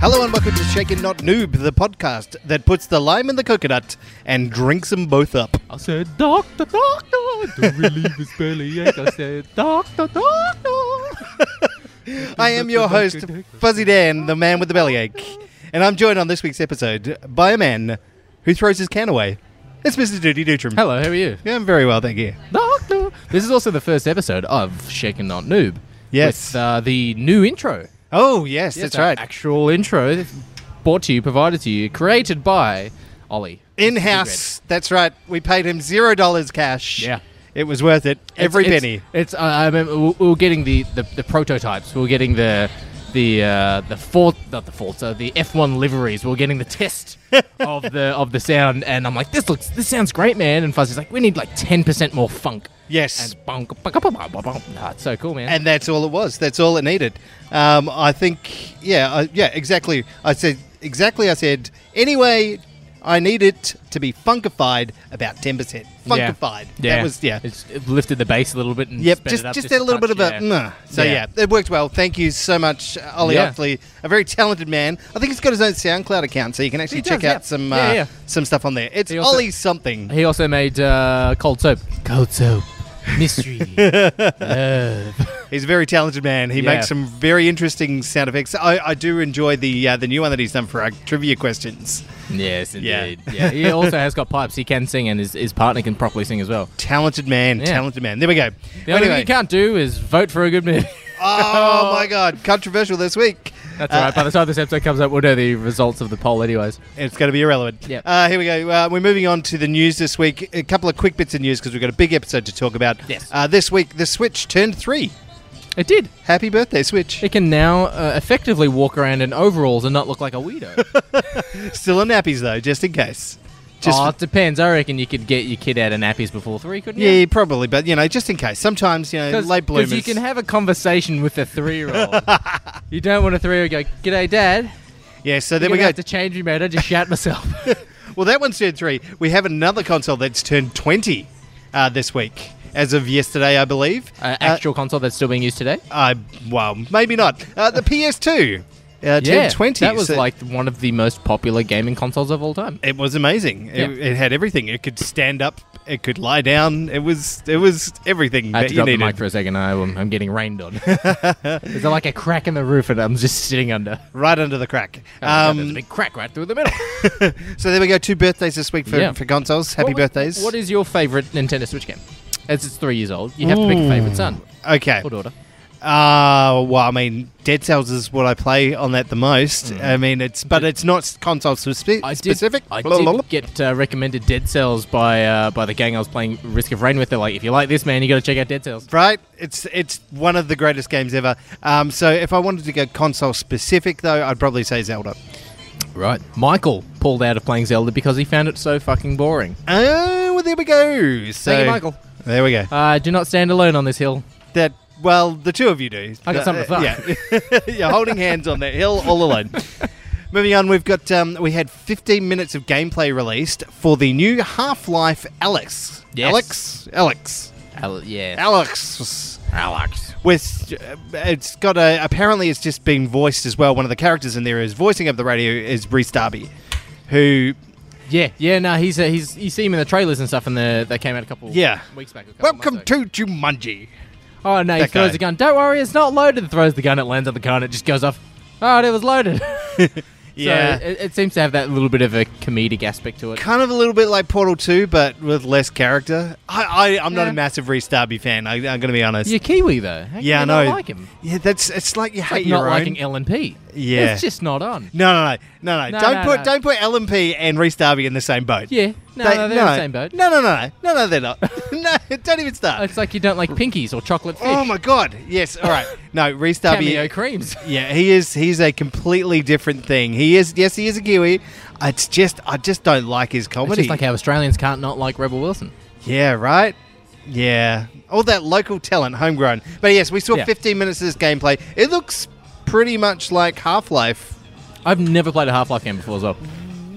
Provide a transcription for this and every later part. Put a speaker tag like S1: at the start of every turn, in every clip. S1: Hello and welcome to Shaken Not Noob, the podcast that puts the lime in the coconut and drinks them both up.
S2: I said, Doctor, Doctor, to relieve his bellyache. I said, Doctor, Doctor.
S1: I am your host, Fuzzy Dan, the man with the bellyache, and I'm joined on this week's episode by a man who throws his can away. It's Mr. Duty Dutram.
S3: Hello, how are you?
S1: Yeah, I'm very well, thank you.
S3: Doctor. This is also the first episode of Shaken Not Noob.
S1: Yes.
S3: With uh, the new intro.
S1: Oh, yes, that's
S3: The
S1: right.
S3: Actual intro brought to you, provided to you, created by Ollie.
S1: In house, that's right. We paid him zero dollars cash.
S3: Yeah.
S1: It was worth it. Every
S3: It's-
S1: penny.
S3: It's, it's uh, I remember we- we were getting the, the, the prototypes. We were getting the the uh, the fourth not the fourth uh, the F one liveries. We were getting the test of the of the sound, and I'm like, this looks this sounds great, man. And Fuzzy's like, we need like ten percent more funk.
S1: Yes.
S3: And bunk, bunk, bunk, bunk, bunk, bunk. Nah, it's so cool, man.
S1: and that's all it was. That's all it needed. Um, I think, yeah, I, yeah, exactly. I said exactly. I said anyway. I need it to be funkified about ten percent.
S3: Yeah.
S1: Funkified. That was yeah.
S3: It's, it lifted the bass a little bit and
S1: Yep,
S3: sped
S1: just
S3: it up
S1: just did a little bit of a
S3: touch, yeah.
S1: nah. so yeah.
S3: Yeah.
S1: it worked well. Thank you so much, uh, Ollie
S3: Yeah.
S1: Otley, a very talented man. I think he's got his own SoundCloud account, so you can actually
S3: does,
S1: check
S3: yeah.
S1: out some uh,
S3: Yeah, yeah.
S1: some stuff on there. It's
S3: He also-
S1: Ollie something.
S3: He also made uh, cold soap. Cold soap. Mystery. Love.
S1: He's a very talented man. He
S3: Yeah.
S1: makes some very interesting sound effects. I, I do enjoy the uh, the new one that he's done for our trivia questions.
S3: Yes,
S1: Yeah.
S3: indeed. Yeah. He also has got pipes. He can sing, and his, his partner can properly sing as well.
S1: Talented man,
S3: Yeah.
S1: talented man. There we go.
S3: The only thing you can't do is vote for a good movie.
S1: oh my god, controversial this week.
S3: That's all right. By the time this episode comes up, we'll know the results of the poll, anyways.
S1: It's going to be irrelevant.
S3: Yep.
S1: Uh, here we go. Uh, we're moving on to the news this week. A couple of quick bits of news because we've got a big episode to talk about.
S3: Yes.
S1: Uh, this week, the Switch turned three.
S3: It did.
S1: Happy birthday, Switch.
S3: It can now uh, effectively walk around in overalls and not look like a weirdo.
S1: Still in nappies though, just in case. Just
S3: oh, it depends. I reckon you could get your kid out of nappies before three, couldn't you?
S1: yeah, probably, but you know, just in case. Sometimes you know, late bloomers.
S3: you can have a conversation with a three-year-old. you don't want a three-year-old go, "G'day, Dad."
S1: yeah. So there
S3: Then
S1: we go.
S3: have to change me, mate. I just shat myself.
S1: Well, that one's turned three. We have another console that's turned 20 uh, this week, as of yesterday, I believe.
S3: uh, actual console that's still being used today.
S1: Uh, I, well, maybe not. Uh, the PS2 uh, turned 20.
S3: that was
S1: so
S3: like one of the most popular gaming consoles of all time.
S1: It was amazing.
S3: Yeah.
S1: It, it had everything. It could stand up. It could lie down. It was it was everything
S3: I had
S1: that
S3: to
S1: you
S3: drop the mic
S1: needed.
S3: for a second. I, am I'm getting rained on. Is there like a crack in the roof and I'm just sitting under?
S1: Right under the crack.
S3: Oh my God, there's a
S1: Um,
S3: big crack right through the middle.
S1: so there we go. Two birthdays this week for,
S3: Yeah.
S1: for consoles. Happy
S3: What-
S1: birthdays.
S3: What is your favorite Nintendo Switch game? As it's three years old, you have to pick a favorite son
S1: okay.
S3: or daughter.
S1: Uh, well, I mean, Dead Cells is what I play on that the most. I mean, it's but it's not s- console spe-
S3: Mm. I did,
S1: specific.
S3: I
S1: Blah, blah, blah.
S3: did get uh, recommended Dead Cells by uh, by the gang I was playing Risk of Rain with. They're like, if you like this, man, you got to check out Dead Cells.
S1: Right, it's it's one of the greatest games ever. Um, so if I wanted to go console specific though, I'd probably say Zelda.
S3: Right. Michael pulled out of playing Zelda because he found it so fucking boring.
S1: Oh, well, there we go. So
S3: Thank you, Michael.
S1: There we go.
S3: I Uh, do not stand alone on this hill.
S1: That well, the two of you do.
S3: I got something to fuck.
S1: yeah, you're holding hands on that hill all alone. Moving on, we've got um, we had 15 minutes of gameplay released for the new Half-Life Alex.
S3: Yes.
S1: Alex. Alex.
S3: Al- yeah.
S1: Alex.
S3: Alex.
S1: With uh, it's got a apparently it's just being voiced as well. One of the characters in there is voicing up the radio is Reese Darby, who
S3: Yeah, yeah. No, he's a, he's you see him in the trailers and stuff, and the that came out a couple
S1: Yeah.
S3: weeks back. a couple
S1: welcome
S3: months ago.
S1: to Jumanji.
S3: Oh no, he
S1: that
S3: throws
S1: guy.
S3: a gun. Don't worry, it's not loaded. Throws the gun, it lands on the car, and it just goes off. All right, it was loaded. so it, it seems to have that little bit of a comedic aspect to it.
S1: kind of a little bit like Portal Two, but with less character. I, I I'm not
S3: Yeah.
S1: a massive Reese Darby fan. I, I'm going to be honest.
S3: You're Kiwi though. How can
S1: yeah, I
S3: you not
S1: know.
S3: like him.
S1: Yeah, that's it's like you hate
S3: Like
S1: your
S3: not
S1: own.
S3: liking L and P.
S1: Yeah.
S3: it's just not on.
S1: no, no, no, no, no.
S3: No,
S1: Don't
S3: no,
S1: put
S3: no.
S1: don't put LMP and Reese Darby in the same boat.
S3: Yeah, no,
S1: They-
S3: no, they're in the same boat.
S1: No, no, no, no, no, no they're not. no, don't even start.
S3: It's like you don't like pinkies or chocolate fish.
S1: Oh my god. Yes. All right. No, Reese Darby.
S3: Cameo creams.
S1: Yeah, he is. He's a completely different thing. He is. Yes, he is a Kiwi. It's just I just don't like his
S3: It's
S1: comedy.
S3: just like how Australians can't not like Rebel Wilson.
S1: Yeah, right? Yeah. All that local talent, homegrown. But yes, we saw
S3: Yeah.
S1: 15 minutes of this gameplay. It looks pretty much like Half Life.
S3: I've never played a Half Life game before as well.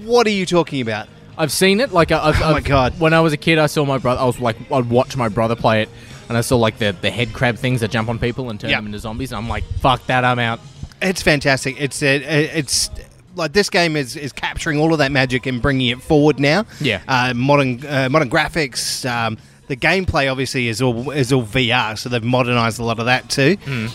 S1: What are you talking about?
S3: I've seen it. Like, I- I've,
S1: Oh my
S3: I've-
S1: God.
S3: When I was a kid, I saw my brother. I was like, I'd watch my brother play it, and I saw like the the head crab things that jump on people and turn
S1: Yeah.
S3: them into zombies. And I'm like, fuck that, I'm out.
S1: It's fantastic. It's uh, it's like this game is, is capturing all of that magic and bringing it forward now.
S3: Yeah.
S1: uh, modern uh, modern graphics. Um, the gameplay obviously is all is all VR, so they've modernized a lot of that too.
S3: Hmm.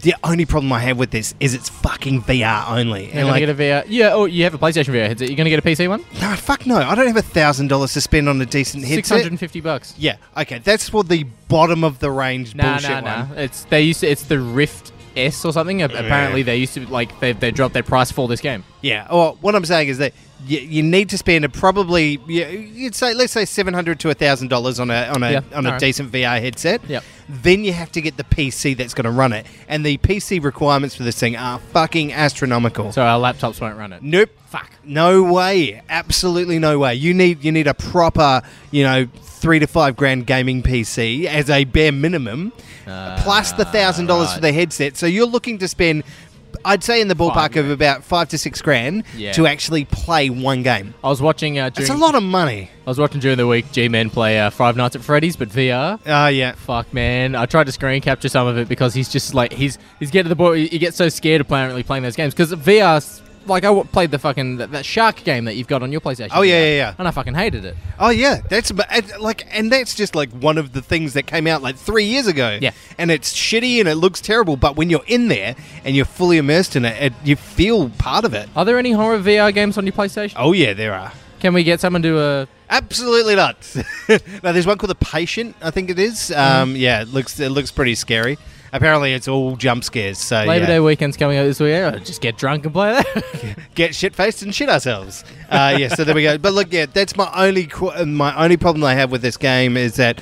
S1: The only problem I have with this is it's fucking VR only.
S3: You're
S1: And
S3: gonna
S1: like,
S3: get a VR. Yeah, oh, you have a PlayStation VR headset. You're gonna get a PC one.
S1: no, fuck no. I don't have a thousand dollars to spend on a decent
S3: Six
S1: headset.
S3: hundred and fifty bucks.
S1: Yeah, okay. That's for the bottom of the range
S3: Nah,
S1: bullshit
S3: nah, nah.
S1: one.
S3: It's they used to, It's the Rift S or something. Ap- Apparently, they used to like they they dropped their price for this game.
S1: Yeah. Or what I'm saying is that you, you need to spend a probably you, you'd say let's say seven hundred to thousand dollars on a on a
S3: Yeah,
S1: on a
S3: alright.
S1: decent VR headset.
S3: Yep.
S1: Then you have to get the PC that's going to run it, and the PC requirements for this thing are fucking astronomical.
S3: So our laptops won't run it.
S1: nope.
S3: Fuck.
S1: No way. Absolutely no way. You need you need a proper you know three to five grand gaming PC as a bare minimum, plus the thousand dollars for
S3: Uh, right.
S1: the headset. So you're looking to spend. I'd say in the ballpark of about five to six grand
S3: Yeah.
S1: to actually play one game.
S3: I was watching. Uh,
S1: It's
S3: during,
S1: a lot of money.
S3: I was watching during the week. G-Men play uh, Five Nights at Freddy's, but VR.
S1: Oh yeah.
S3: Fuck man, I tried to screen capture some of it because he's just like he's he's getting to the point. He gets so scared of playing really playing those games because VR. 's- Like I w- played the fucking that, that shark game that you've got on your PlayStation.
S1: Oh, yeah,
S3: VR,
S1: yeah, yeah.
S3: And I fucking hated it.
S1: Oh yeah. That's ab- and, like, and that's just like one of the things that came out like three years ago.
S3: Yeah.
S1: And it's shitty and it looks terrible, but when you're in there and you're fully immersed in it, it you feel part of it.
S3: Are there any horror VR games on your PlayStation?
S1: Oh yeah, there are.
S3: Can we get someone to uh,
S1: Absolutely not. now, there's one called the Patient, I think it is. Um, yeah, it looks it looks pretty scary. Apparently, it's all jump scares. So
S3: Labor
S1: Uh, yeah.
S3: Day weekend's coming up this week. Oh, just get drunk and play that.
S1: get shit faced and shit ourselves. Uh, yeah, so there we go. But look, yeah, that's my only qu- uh, my only problem I have with this game is that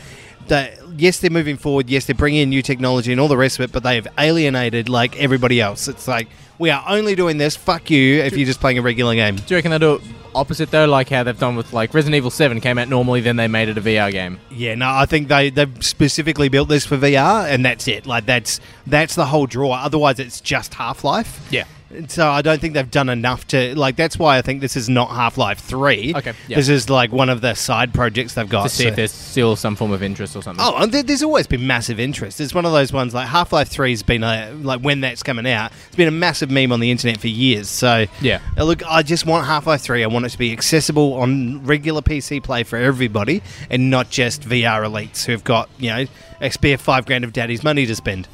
S1: that yes, they're moving forward. Yes, they're bringing in new technology and all the rest of it, but they have alienated like everybody else. It's like we are only doing this. Fuck you if you're just playing a regular game.
S3: Do you reckon they'll do it opposite though, like how they've done with like Resident Evil Seven came out normally, then they made it a VR game.
S1: Yeah, no, I think they they've specifically built this for VR, and that's it. Like that's that's the whole draw. Otherwise, it's just Half Life.
S3: Yeah.
S1: So I don't think they've done enough to like. That's why I think this is not Half Life Three.
S3: Okay, yeah.
S1: This is like one of the side projects they've got.
S3: To see
S1: so-
S3: if there's still some form of interest or something.
S1: Oh, and there- there's always been massive interest. It's one of those ones like Half Life Three's been a, like when that's coming out. It's been a massive meme on the internet for years. So
S3: Yeah.
S1: Uh, look, I just want Half Life Three. I want it to be accessible on regular PC play for everybody, and not just VR elites who've got you know a spare five grand of daddy's money to spend.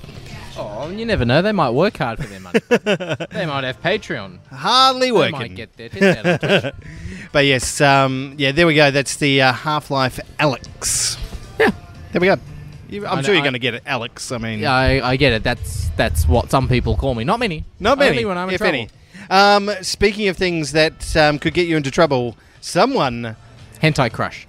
S3: Oh, you never know. They might work hard for their money. they might have Patreon.
S1: Hardly
S3: They
S1: working.
S3: might get their tits out on Twitch.
S1: But yes, um, yeah, there we go. That's the uh, Half Life Alex.
S3: Yeah.
S1: There we go. You, I'm
S3: I
S1: sure
S3: know-
S1: you're
S3: I-
S1: going to get it, Alex. I mean,
S3: Yeah, I, I get it. That's that's what some people call me. Not many.
S1: Not many,
S3: Only when I'm in
S1: if
S3: trouble.
S1: any. Um, speaking of things that um, could get you into trouble, someone, uh,
S3: Hentai crush.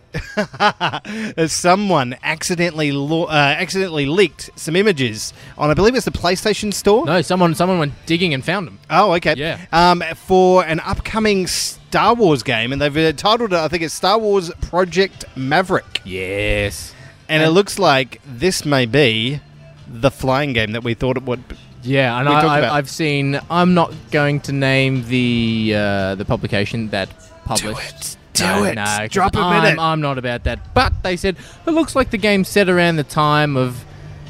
S1: someone accidentally lo- uh, accidentally leaked some images on, I believe it's the PlayStation Store.
S3: No, someone someone went digging and found them.
S1: Oh, okay.
S3: Yeah.
S1: Um, for an upcoming Star Wars game, and they've uh, titled it, I think it's Star Wars Project Maverick,
S3: Yes.
S1: and it looks like this may be the flying game that we thought it would. Be.
S3: Yeah, and
S1: we talked
S3: I,
S1: about.
S3: I, I've seen. I'm not going to name the uh, the publication that published.
S1: Do it. Do it.
S3: 'cause
S1: Drop a
S3: I'm-
S1: minute.
S3: I'm not about that. But they said it looks like the game set around the time of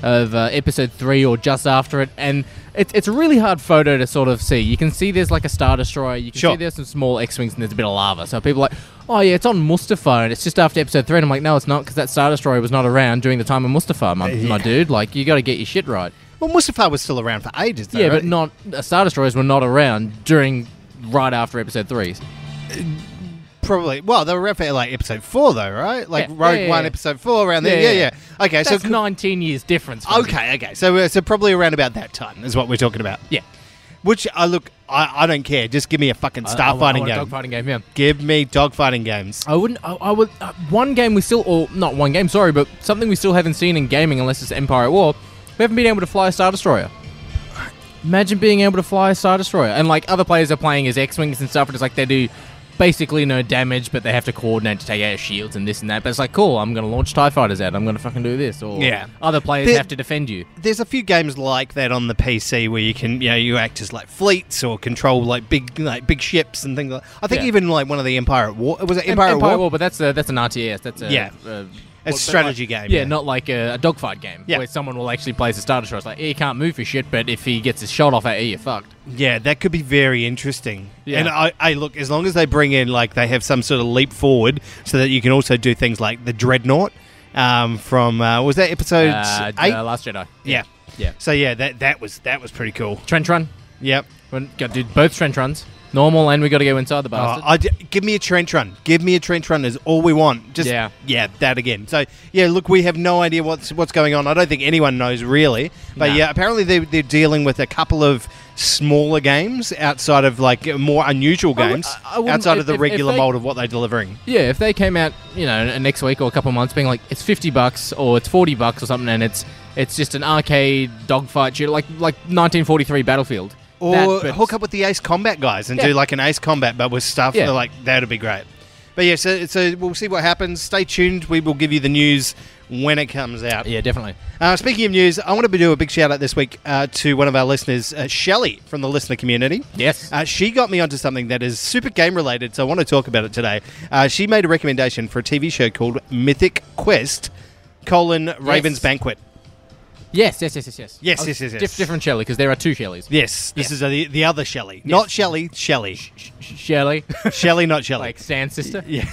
S3: of uh, episode three or just after it, and it's it's a really hard photo to sort of see. You can see there's like a star destroyer. You can
S1: Sure.
S3: see there's some small X wings and there's a bit of lava. So people are like, oh yeah, it's on Mustafar, and it's just after episode three. And I'm like, no, it's not, because that star destroyer was not around during the time of Mustafar,
S1: Uh,
S3: my, my dude. Like, you got to get your shit right.
S1: Well, Mustafar was still around for ages, though.
S3: Yeah,
S1: right?
S3: but not uh, Star Destroyers were not around during right after episode three.
S1: Probably. Well, they were around for like episode four, though, right? Like
S3: Yeah.
S1: Rogue
S3: Yeah, yeah,
S1: One,
S3: yeah.
S1: episode four, around there. Yeah,
S3: Yeah,
S1: yeah.
S3: yeah.
S1: Okay,
S3: That's
S1: so
S3: nineteen years difference. for me.
S1: okay, okay. So uh, so probably around about that time is what we're talking about.
S3: yeah.
S1: Which I look, I, I don't care. Just give me a fucking
S3: I- I
S1: star
S3: want- I
S1: fighting
S3: want a
S1: game.
S3: Dogfighting game. Yeah.
S1: Give me dogfighting games.
S3: I wouldn't. I, I would. Uh, one game we still, or not one game. Sorry, but something we still haven't seen in gaming, unless it's Empire at War. We haven't been able to fly a Star Destroyer. Imagine being able to fly a Star Destroyer, and like other players are playing as X-wings and stuff, and it's like they do basically no damage, but they have to coordinate to take out shields and this and that. But it's like, cool, I'm going to launch Tie Fighters out. I'm going to fucking do this, or
S1: Yeah.
S3: other players
S1: The-
S3: have to defend you.
S1: There's a few games like that on the PC where you can, you know, you act as like fleets or control like big, like big ships and things. like I think
S3: Yeah.
S1: even like one of the Empire at War was it Empire, at War?
S3: but that's a, that's an RTS. That's a
S1: Yeah.
S3: uh,
S1: It's a strategy game.
S3: Yeah, not like a, a dogfight game
S1: Yeah.
S3: where someone will actually play as a starter shot. It's like, "Yeah, you can't move for shit, but if he gets his shot off at you, you're fucked.
S1: Yeah, that could be very interesting.
S3: Yeah.
S1: And I, I look, as long as they bring in like they have some sort of leap forward, so that you can also do things like the dreadnought um, from uh, was that episode
S3: Uh,
S1: eight?
S3: uh, Last Jedi.
S1: yeah.
S3: Yeah.
S1: So yeah, that that was that was pretty cool.
S3: Trench run.
S1: Yep.
S3: We've got to do both trench runs. Normal, and we got to go inside the
S1: Oh,
S3: bastard.
S1: I d- give me a trench run. Give me a trench run is all we want. Just
S3: Yeah.
S1: yeah, that again. So yeah, look, we have no idea what's what's going on. I don't think anyone knows really. But
S3: Nah.
S1: yeah, apparently they they're dealing with a couple of smaller games outside of like more unusual
S3: I would-
S1: games
S3: I- I wouldn't-
S1: outside
S3: if-
S1: of the
S3: if- if
S1: regular
S3: they-
S1: mold of what they're delivering.
S3: yeah, if they came out, you know, next week or a couple of months, being like, it's fifty bucks or it's forty bucks or something, and it's it's just an arcade dogfight shooter, like like 1943 Battlefield.
S1: Or
S3: That, but-
S1: hook up with the Ace Combat guys and
S3: Yeah.
S1: do like an Ace Combat, but with stuff
S3: Yeah.
S1: they're like that'd be great. But yeah, so so we'll see what happens. Stay tuned. We will give you the news when it comes out.
S3: Yeah, definitely.
S1: Uh, speaking of news, I want to do a big shout out this week uh, to one of our listeners, uh, Shelly from the listener community.
S3: Yes.
S1: Uh, she got me onto something that is super game related, so I want to talk about it today. Uh, she made a recommendation for a TV show called Mythic Quest: colon Raven's Banquet.
S3: yes, yes, yes, yes, yes.
S1: Yes,
S3: Oh,
S1: yes, yes, yes.
S3: diff- different Shelley because there are two Shelleys.
S1: Yes, this is uh the, the other Shelly, not Shelley. Shelly,
S3: Sh- sh- Shelley,
S1: Shelly, not Shelly.
S3: like Sand's sister.
S1: yeah,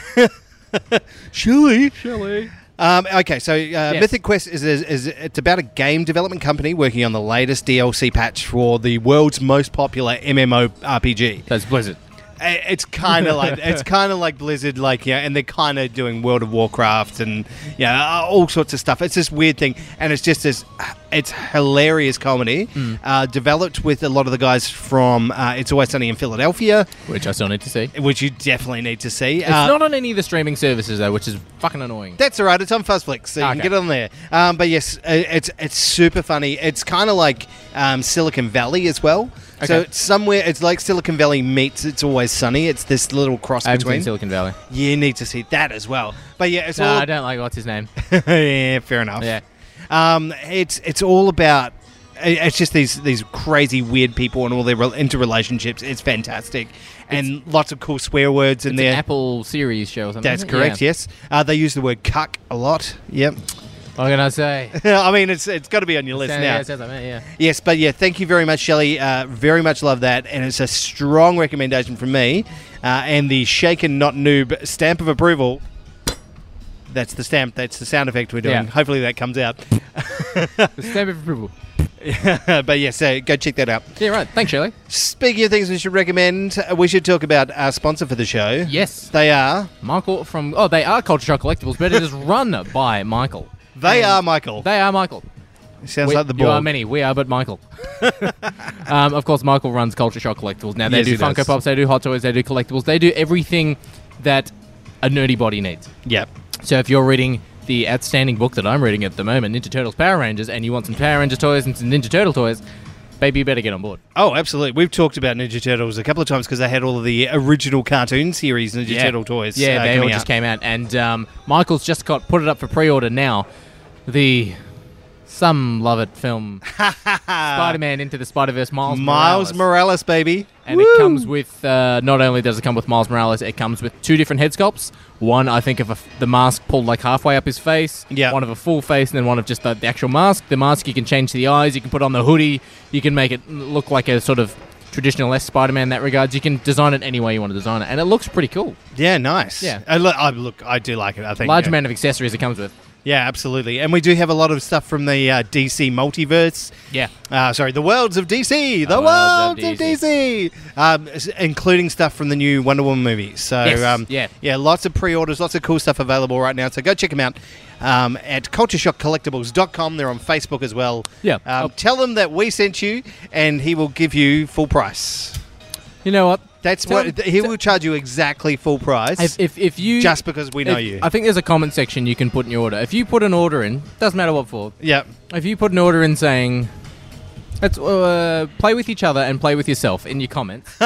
S1: Shelly.
S2: Shelly.
S1: Um, okay, so uh, Mythic Quest is, is, is it's about a game development company working on the latest DLC patch for the world's most popular MMORPG.
S3: That's Blizzard.
S1: I- It's kind of like it's kind of like Blizzard, like yeah, and they're kind of doing World of Warcraft and yeah, uh, all sorts of stuff. It's this weird thing, and it's just this, it's hilarious comedy
S3: Mm.
S1: uh, developed with a lot of the guys from uh, It's Always Sunny in Philadelphia,
S3: Which I still need to see.
S1: which you definitely need to see. Uh,
S3: It's not on any of the streaming services though, which is fucking annoying.
S1: That's all right. It's on Fuzzflix, so you can
S3: Okay.
S1: get on there. Um, but yes, i- it's it's super funny. It's kind of like um, Silicon Valley as well. So
S3: Okay.
S1: it's somewhere. It's like Silicon Valley meets It's Always Sunny. It's this little cross
S3: I haven't
S1: between.
S3: seen Silicon Valley.
S1: you need to see that as well. But yeah, it's
S3: No,
S1: all
S3: I don't like what's his name.
S1: yeah, fair enough.
S3: Yeah.
S1: um, it's it's all about. i- It's just these these crazy weird people and all their rel- interrelationships. It's fantastic, and lots of cool swear words in
S3: It's an
S1: there.
S3: Apple series show or something.
S1: That's correct. Yes, uh, they use the word "cuck" a lot. Yep.
S3: Yeah. What can I say?
S1: I mean, it's it's got to be on your list
S3: Sound-
S1: now.
S3: Yeah, sounds like me, yeah.
S1: Yes, but yeah, thank you very much, Shelley. Uh, very much love that, and it's a strong recommendation from me, uh, and the shaken not noob stamp of approval. That's the stamp. That's the sound effect we're doing.
S3: Yeah.
S1: Hopefully that comes out.
S3: The stamp of approval.
S1: Uh, but yeah, so go check that out.
S3: Yeah, right. Thanks, Shirley.
S1: Speaking of things we should recommend, uh, we should talk about our sponsor for the show.
S3: Yes.
S1: They are.
S3: Michael from oh, they are Culture Shock Collectibles, but it is run by Michael.
S1: They
S3: And
S1: are Michael.
S3: They are Michael.
S1: Sounds
S3: We-
S1: like the
S3: You are
S1: ball.
S3: many. We are but Michael. um, of course, Michael runs Culture Shock Collectibles. Now they
S1: Yes,
S3: do
S1: he
S3: Funko
S1: does.
S3: Pops, they do Hot Toys, they do collectibles, they do everything that a nerdy body needs.
S1: Yep.
S3: So if you're reading the outstanding book that I'm reading at the moment, Ninja Turtles Power Rangers, and you want some Power Ranger toys and some Ninja Turtle toys, baby, you better get on board.
S1: Oh, absolutely. We've talked about Ninja Turtles a couple of times because they had all of the original cartoon series Ninja Turtle toys.
S3: Yeah,
S1: uh,
S3: they all
S1: coming
S3: just
S1: out.
S3: came out, and um, Michael's just got put it up for pre-order now. The some love it film, Spider-Man into the Spider-Verse, Miles
S1: Miles Morales,
S3: Morales.
S1: baby.
S3: and it comes with uh, not only does it come with Miles Morales, it comes with two different head sculpts. One, I think, of a f the mask pulled like halfway up his face.
S1: Yeah.
S3: One of a full face, and then one of just the, the actual mask. The mask you can change the eyes. You can put on the hoodie. You can make it look like a sort of traditional S Spider-Man in that regards. You can design it any way you want to design it, and it looks pretty cool.
S1: Yeah, nice.
S3: Yeah.
S1: I look, I look, I do like it. I think
S3: Large
S1: yeah.
S3: amount of accessories it comes with.
S1: Yeah, absolutely. And we do have a lot of stuff from the uh, DC multiverse.
S3: Yeah.
S1: Uh, sorry, the worlds of DC, the, worlds,
S3: worlds of
S1: of DC, Um, s- including stuff from the new Wonder Woman movie. So
S3: Yes,
S1: um,
S3: yeah.
S1: yeah, lots of pre-orders, lots of cool stuff available right now. So go check them out um, at cultureshockcollectibles.com. They're on Facebook as well.
S3: Yeah.
S1: um,
S3: Oh.
S1: tell him that we sent you, and he will give you full price.
S3: You know what?
S1: That's
S3: Tell
S1: what
S3: him-
S1: he will charge you exactly full price.
S3: If if, if you
S1: just because we know
S3: if-
S1: you.
S3: I think there's a comment section you can put in your order. If you put an order in, doesn't matter what for.
S1: yeah,
S3: If you put an order in saying, "Let's uh, play with each other and play with yourself" in your comments,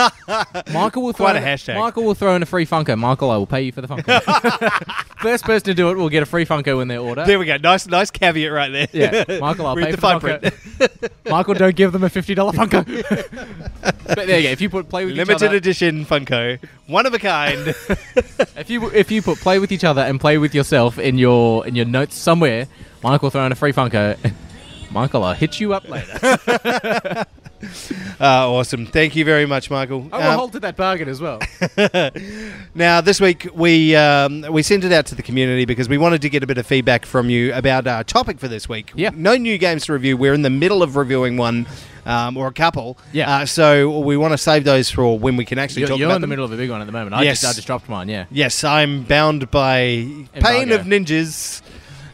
S3: Michael will throw
S1: Quite a
S3: in,
S1: hashtag.
S3: Michael will throw in a free Funko. Michael, I will pay you for the Funko. First person to do it will get a free Funko in their order.
S1: there we go. Nice, nice caveat right there.
S3: yeah, Michael, I'll
S1: Read
S3: pay
S1: the
S3: for
S1: fine
S3: the Funko. Michael, don't give them a fifty dollar Funko. But there you go. If you put play with each
S1: Limited
S3: other,
S1: edition Funko, one of a kind.
S3: if you if you put play with each other and play with yourself in your in your notes somewhere, Michael will throw in a free Funko. Michael, I'll hit you up later.
S1: Uh, awesome. Thank you very much, Michael.
S3: I will
S1: Um,
S3: Oh, hold to that bargain as well.
S1: Now, this week we um, we sent it out to the community because we wanted to get a bit of feedback from you about our topic for this week.
S3: Yeah.
S1: No new games to review. We're in the middle of reviewing one um, or a couple.
S3: Yeah.
S1: Uh, so we want to save those for when we can actually
S3: You're,
S1: talk
S3: you're
S1: about
S3: in the
S1: them.
S3: middle of a big one at the moment. I
S1: Yes.
S3: just I just dropped mine. Yeah.
S1: Yes, I'm bound by pain
S3: Embargo.
S1: of ninjas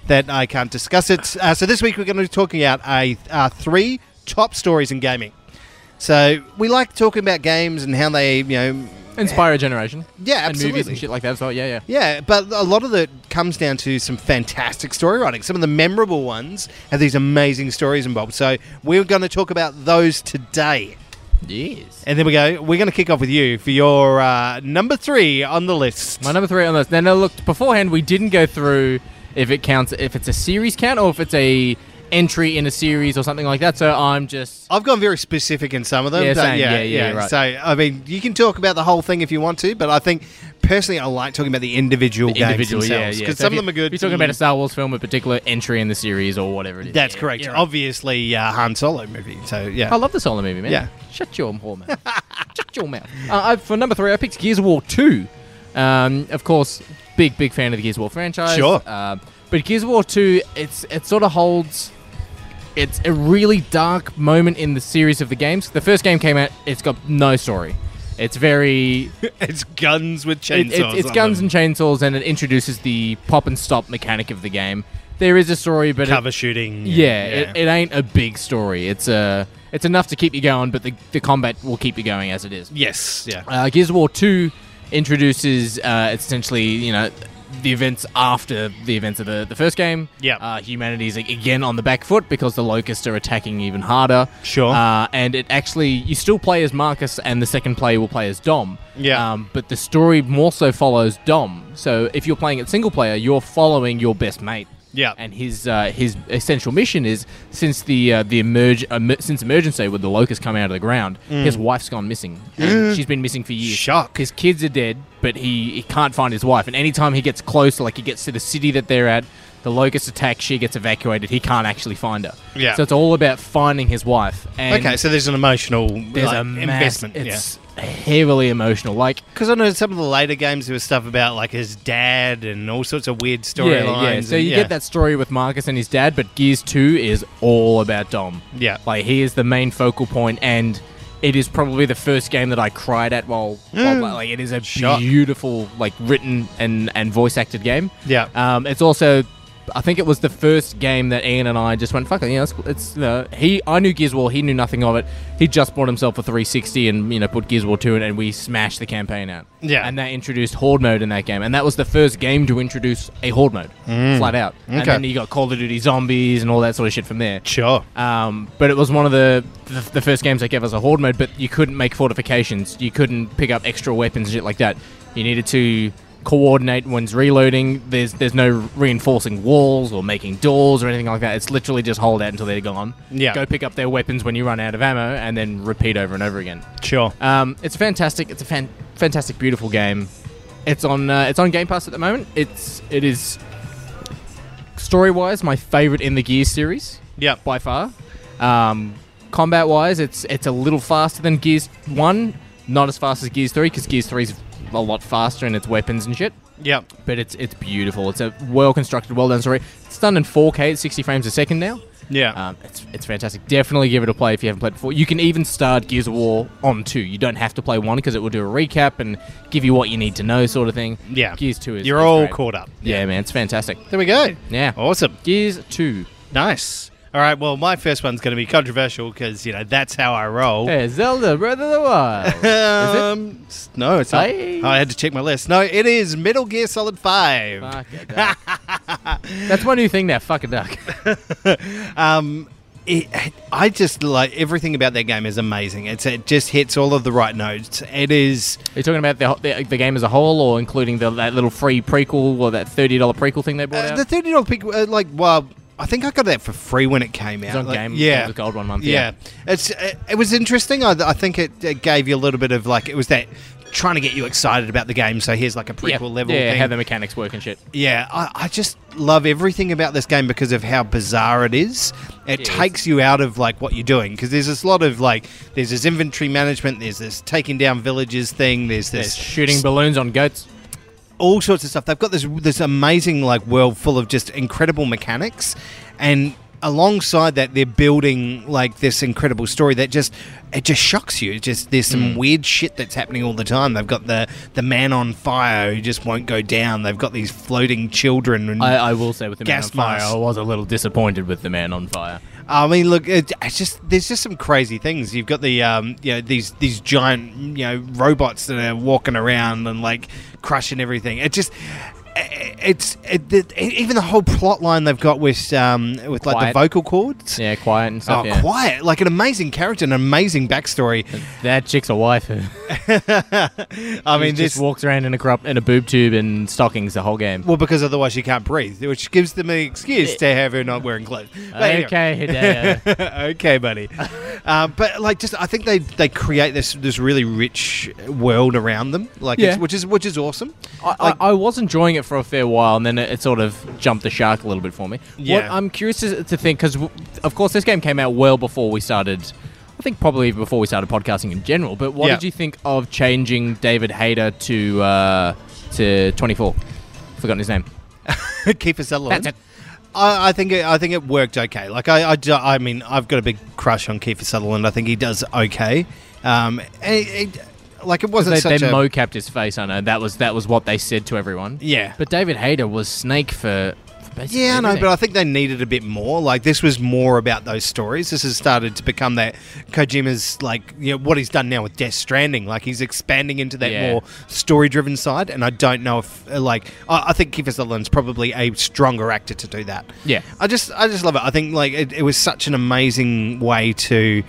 S1: that I can't discuss it. Uh, so this week we're going to be talking out a, uh, three top stories in gaming. So we like talking about games and how they, you know,
S3: Inspire a generation.
S1: yeah,
S3: And
S1: absolutely.
S3: movies and shit like that as well. Yeah, yeah.
S1: Yeah, but a lot of it comes down to some fantastic story writing. Some of the memorable ones have these amazing stories involved. So we're going to talk about those today.
S3: Yes.
S1: And then we go. We're going to kick off with you for your uh, number three on the list.
S3: My number three on the list. Now, now look, beforehand we didn't go through if it counts, if it's a series count or if it's a entry in a series or something like that. So I'm just
S1: I've gone very specific in some of them.
S3: Yeah,
S1: but
S3: same. Yeah, yeah, right.
S1: So I mean, you can talk about the whole thing if you want to, but I think personally, I like talking about the individual games
S3: individual. Yeah,
S1: themselves
S3: yeah.
S1: because
S3: So
S1: some
S3: if
S1: of them
S3: you-
S1: are good. Mm.
S3: If you're talking about a Star Wars film, a particular entry in the series or whatever it is.
S1: That's
S3: yeah,
S1: correct.
S3: yeah, right.
S1: Obviously, uh, Han Solo movie. So yeah,
S3: I love the solo movie, man.
S1: Yeah.
S3: Shut your whore mouth. Shut your mouth. Uh, I, for number three, I picked Gears of War 2. Um, of course, big, big fan of the Gears of War franchise.
S1: Sure.
S3: Um, but Gears of War 2, it's, it sort of holds. It's a really dark moment in the series of the games. The first game came out, it's got no story. It's very
S1: it's guns with
S3: it-
S1: chainsaws.
S3: it- it's
S1: on
S3: guns
S1: them.
S3: and chainsaws, and it introduces the pop and stop mechanic of the game. There is a story, but it,
S1: cover shooting.
S3: yeah, It, it ain't a big story. It's uh, it's enough to keep you going, but the, the combat will keep you going as it is.
S1: yes, yeah.
S3: Uh, Gears of War 2 introduces uh, essentially, you know, the events after the events of the, the first game.
S1: Yep.
S3: Uh, humanity's ag- again on the back foot because the locusts are attacking even harder.
S1: Sure.
S3: Uh, and it actually, you still play as Marcus, and the second player will play as Dom.
S1: Yeah.
S3: Um, but the story more so follows Dom. So if you're playing it single player, you're following your best mate.
S1: Yeah.
S3: And his uh, his essential mission is since the uh, the emerge emer- since emergency day, when the locusts come out of the ground, his wife's gone missing. And she's been missing for years.
S1: Mm. Shock.
S3: His kids are dead, but he, he can't find his wife. And anytime he gets close, like he gets to the city that they're at, the locusts attack. She gets evacuated. He can't actually find her.
S1: Yeah.
S3: So it's all about finding his wife. And
S1: okay, so there's an emotional
S3: There's
S1: like,
S3: a mass,
S1: investment.
S3: It's heavily emotional. Like
S1: Because I know some of the later games there was stuff about like his dad and all sorts of weird storylines.
S3: Yeah, yeah.
S1: and-
S3: So you
S1: yeah.
S3: get that story with Marcus and his dad, but Gears 2 is all about Dom.
S1: Yeah.
S3: Like, he is the main focal point, and it is probably the first game that I cried at while.
S1: Mm.
S3: while like, it is a
S1: Shock.
S3: beautiful, like, written and, and voice acted game.
S1: Yeah.
S3: Um, it's also. I think it was the first game that Ian and I just went, fuck it, you know, it's, it's you know, he, I knew Gears of War, he knew nothing of it. He just bought himself a 360 and, you know, put Gears of War 2 in and we smashed the campaign out.
S1: Yeah.
S3: And they introduced Horde mode in that game, and that was the first game to introduce a Horde mode, flat out. And
S1: Mm. Okay.
S3: then you got Call of Duty Zombies and all that sort of shit from there.
S1: Sure.
S3: Um, but it was one of the, the the first games that gave us a horde mode. But you couldn't make fortifications. You couldn't pick up extra weapons and shit like that. You needed to coordinate one's reloading. There's there's no reinforcing walls or making doors or anything like that. It's literally just hold out until they're gone.
S1: Yeah.
S3: Go pick up their weapons when you run out of ammo, and then repeat over and over again.
S1: Sure.
S3: Um, it's fantastic. It's a fan- fantastic, beautiful game. It's on. Uh, it's on Game Pass at the moment. It's it is story wise my favorite in the Gears series
S1: yeah.
S3: by far. Um, combat wise, it's it's a little faster than Gears One, not as fast as Gears Three because Gears Three's a lot faster in its weapons and shit.
S1: Yeah.
S3: But it's it's beautiful. It's a well constructed, well done story. It's done in 4K at 60 frames a second now.
S1: Yeah.
S3: Um, it's, it's fantastic. Definitely give it a play if you haven't played before. You can even start Gears of War on two. You don't have to play one because it will do a recap and give you what you need to know, sort of thing.
S1: yeah.
S3: Gears two is
S1: You're
S3: is
S1: all Oh.
S3: great.
S1: caught up.
S3: Yeah, man, it's fantastic.
S1: There we go.
S3: Yeah,
S1: Awesome.
S3: Gears two.
S1: Nice. All right. Well, my first one's going to be controversial because you know that's how I roll.
S3: Hey, Zelda Breath of the Wild. Is it?
S1: Um, s- No, it's not.
S3: Hey.
S1: I had to check my list. No, it is Metal Gear Solid Five.
S3: Fuck a duck. That's my new thing now. Fuck a duck.
S1: Um, it, I just like everything about that game is amazing. It's it just hits all of the right notes. It is
S3: Are you talking about the, ho- the the game as a whole, or including the that little free prequel or that thirty dollar prequel thing they brought
S1: uh,
S3: out?
S1: the thirty dollar pick. Uh, like, well, I think I got that for free when it came out.
S3: It's on
S1: Like,
S3: Game,
S1: yeah,
S3: the Gold one month.
S1: yeah. It's it, it was interesting. I, I think it, it gave you a little bit of like it was that trying to get you excited about the game. So here's like a prequel
S3: yeah.
S1: level.
S3: Yeah,
S1: thing.
S3: how the mechanics work and shit.
S1: Yeah, I, I just love everything about this game because of how bizarre it is. It
S3: Yes.
S1: takes you out of like what you're doing because there's this lot of like there's this inventory management, there's this taking down villages thing, there's
S3: There's
S1: this
S3: shooting balloons on goats.
S1: all sorts of stuff. They've got this this amazing like world full of just incredible mechanics, and alongside that, they're building like this incredible story that just it just shocks you. It's just there's some weird shit that's happening all the time. They've got the the man on fire who just won't go down. They've got these floating children. And,
S3: I,
S1: I,
S3: I will say with the
S1: Gas
S3: man on fire,
S1: mask.
S3: I was a little disappointed with the man on fire.
S1: mean, look, it, it's just there's just some crazy things. You've got the um, you know these these giant you know robots that are walking around and like crushing everything. It just eh, it's it, it, even the whole plot line they've got with um, with like
S3: Quiet.
S1: the vocal cords.
S3: Yeah, quiet and
S1: Oh,
S3: stuff. yeah.
S1: quiet! Like an amazing character, an amazing backstory.
S3: That chick's a wife.
S1: I
S3: I mean,
S1: mean,
S3: just
S1: this
S3: walks around in a crop in a boob tube and stockings the whole game.
S1: well because otherwise she can't breathe, which gives them an excuse to have her not wearing clothes. But anyway.
S3: Okay, Hideo.
S1: okay, buddy. uh, but like, just I think they they create this this really rich world around them, like
S3: Yeah.
S1: it's, which is which is awesome.
S3: I,
S1: Like-
S3: I, I was enjoying it for a fair while, and then it, it sort of jumped the shark a little bit for me.
S1: Yeah.
S3: What I'm curious to, to think, because of course this game came out well before we started. I think probably even before we started podcasting in general. But what
S1: Yeah.
S3: did you think of changing David Hayter to uh, to 24? Forgotten his name.
S1: Keep us Sutherland.
S3: That's it.
S1: I, I think it, I think it worked okay. Like I, I, do- I mean I've got a big crush on Kiefer Sutherland. I think he does okay. Um, and it, it- like it wasn't
S3: They, they
S1: such a
S3: mocapped his face. I know that was that was what they said to everyone.
S1: yeah.
S3: But David Hayter was Snake for, for basically
S1: yeah, no,
S3: everything.
S1: but I think they needed a bit more. Like this was more about those stories. This has started to become that Kojima's like you know what he's done now with Death Stranding. Like he's expanding into that
S3: Yeah.
S1: more story-driven side. And I don't know if uh, like I, I think Kiefer Sutherland's probably a stronger actor to do that.
S3: Yeah.
S1: I just I just love it. I think like it, it was such an amazing way to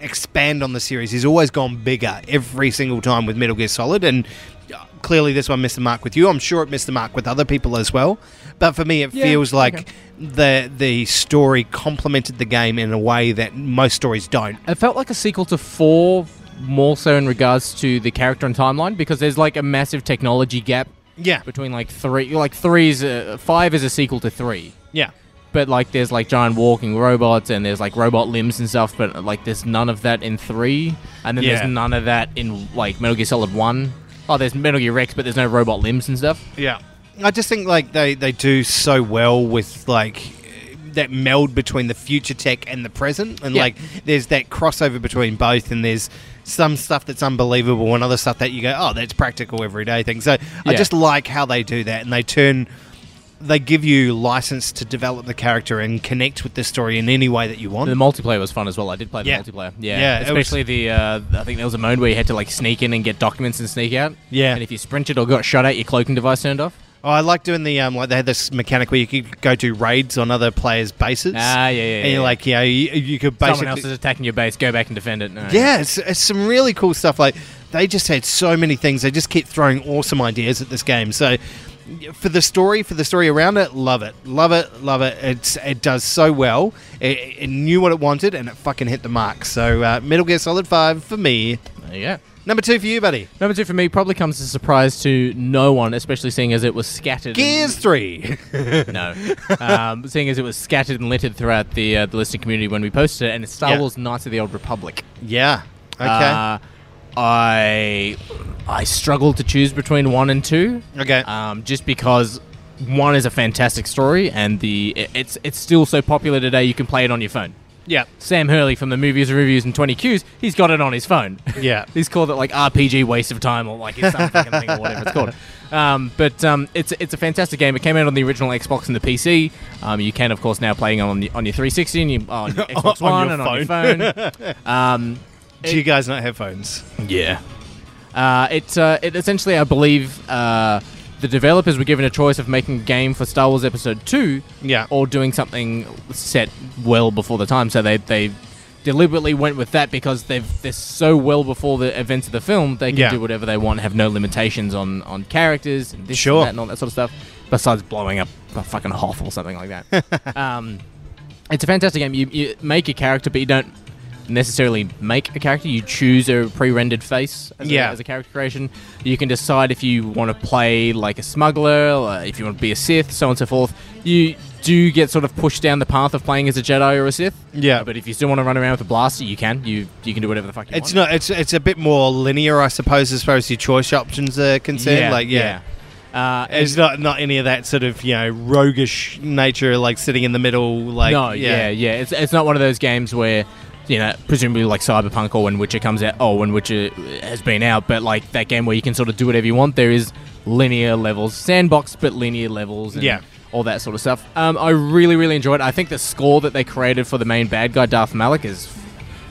S1: expand on the series. He's always gone bigger every single time with Metal Gear Solid and. uh, Clearly, this one missed the mark with you. I'm sure it missed the mark with other people as well, but for me, it
S3: Yeah,
S1: feels like
S3: okay.
S1: the the story complemented the game in a way that most stories don't.
S3: It felt like a sequel to four, more so in regards to the character and timeline, because there's like a massive technology gap
S1: Yeah,
S3: between like three. Like three is a, five is a sequel to three,
S1: yeah,
S3: but like there's like giant walking robots and there's like robot limbs and stuff, but like there's none of that in three, and then
S1: Yeah.
S3: there's none of that in like Metal Gear Solid One. Oh, there's Metal Gear Rex, but there's no robot limbs and stuff.
S1: yeah. I just think like they they do so well with like that meld between the future tech and the present, and
S3: Yeah.
S1: like there's that crossover between both, and there's some stuff that's unbelievable and other stuff that you go, oh, that's practical everyday thing. So I
S3: Yeah.
S1: just like how they do that, and they turn. They give you license to develop the character and connect with the story in any way that you want.
S3: The multiplayer was fun as well. I did play the
S1: Yeah.
S3: multiplayer. Yeah,
S1: Yeah, it was-
S3: especially the. Uh, I think there was a mode where you had to like sneak in and get documents and sneak out.
S1: Yeah.
S3: and if you sprinted or got shot at, your cloaking device turned off.
S1: Oh, I like doing the um, like they had this mechanic where you could go do raids on other players' bases.
S3: Ah, yeah, yeah,
S1: And
S3: yeah.
S1: you're like, yeah, you, you could
S3: Someone else
S1: basically.
S3: is attacking your base. Go back and defend it. No.
S1: yeah, it's, it's some really cool stuff. Like they just had so many things. They just kept throwing awesome ideas at this game. So for the story, for the story around it, love it, love it, love it. It's it does so well. It, it knew what it wanted and it fucking hit the mark. So uh, Metal Gear Solid Five for me.
S3: There you go.
S1: Number two for you, buddy.
S3: Number two for me probably comes as a surprise to no one, especially seeing as it was scattered.
S1: Gears Three.
S3: And, no. um, seeing as it was scattered and littered throughout the uh, the listening community when we posted it, and it's Star
S1: Yeah.
S3: Wars Knights of the Old Republic.
S1: yeah. Okay.
S3: Uh, I I struggled to choose between one and two.
S1: okay.
S3: um, just because one is a fantastic story and the it- it's it's still so popular today you can play it on your phone.
S1: yeah.
S3: Sam Hurley from the movies reviews and 20 Qs, he's got it on his phone.
S1: Yeah.
S3: he's called it like RPG waste of time or like it's some fucking thing or whatever it's called. Um, but um, it's it's a fantastic game. It came out on the original Xbox and the PC. Um, you can of course now playing on the, on your 360 and you, oh, on your Xbox
S1: On
S3: One
S1: your
S3: and on your phone. um,
S1: Do you guys not have phones?
S3: yeah. Uh, it, uh, it essentially, I believe, uh, the developers were given a choice of making a game for Star Wars Episode 2
S1: Yeah.
S3: or doing something set well before the time. So they, they deliberately went with that because they've, they're so well before the events of the film, they can
S1: Yeah.
S3: do whatever they want, have no limitations on, on characters and this
S1: Sure.
S3: and that and all that sort of stuff, besides blowing up a fucking Hoth or something like that. um, it's a fantastic game. You, you make a character, but you don't necessarily make a character. You choose a pre-rendered face as,
S1: Yeah.
S3: a, as a character creation. You can decide if you want to play like a smuggler, or if you want to be a Sith, so on and so forth. You do get sort of pushed down the path of playing as a Jedi or a Sith.
S1: Yeah.
S3: But if you still want to run around with a blaster, you can. You you can do whatever the fuck you
S1: It's
S3: want.
S1: not. It's it's a bit more linear, I suppose, as far as your choice options are concerned. like yeah.
S3: Uh,
S1: It's not, not any of that sort of you know roguish nature, like sitting in the middle, like
S3: no, yeah. yeah, It's, it's not one of those games where, you know, presumably like Cyberpunk or when Witcher comes out, oh, when Witcher has been out, but like that game where you can sort of do whatever you want. There is linear levels, sandbox, but linear levels. And
S1: Yeah.
S3: All that sort of stuff. Um, I really, really enjoyed it. I think the score that they created for the main bad guy, Darth Malik, is.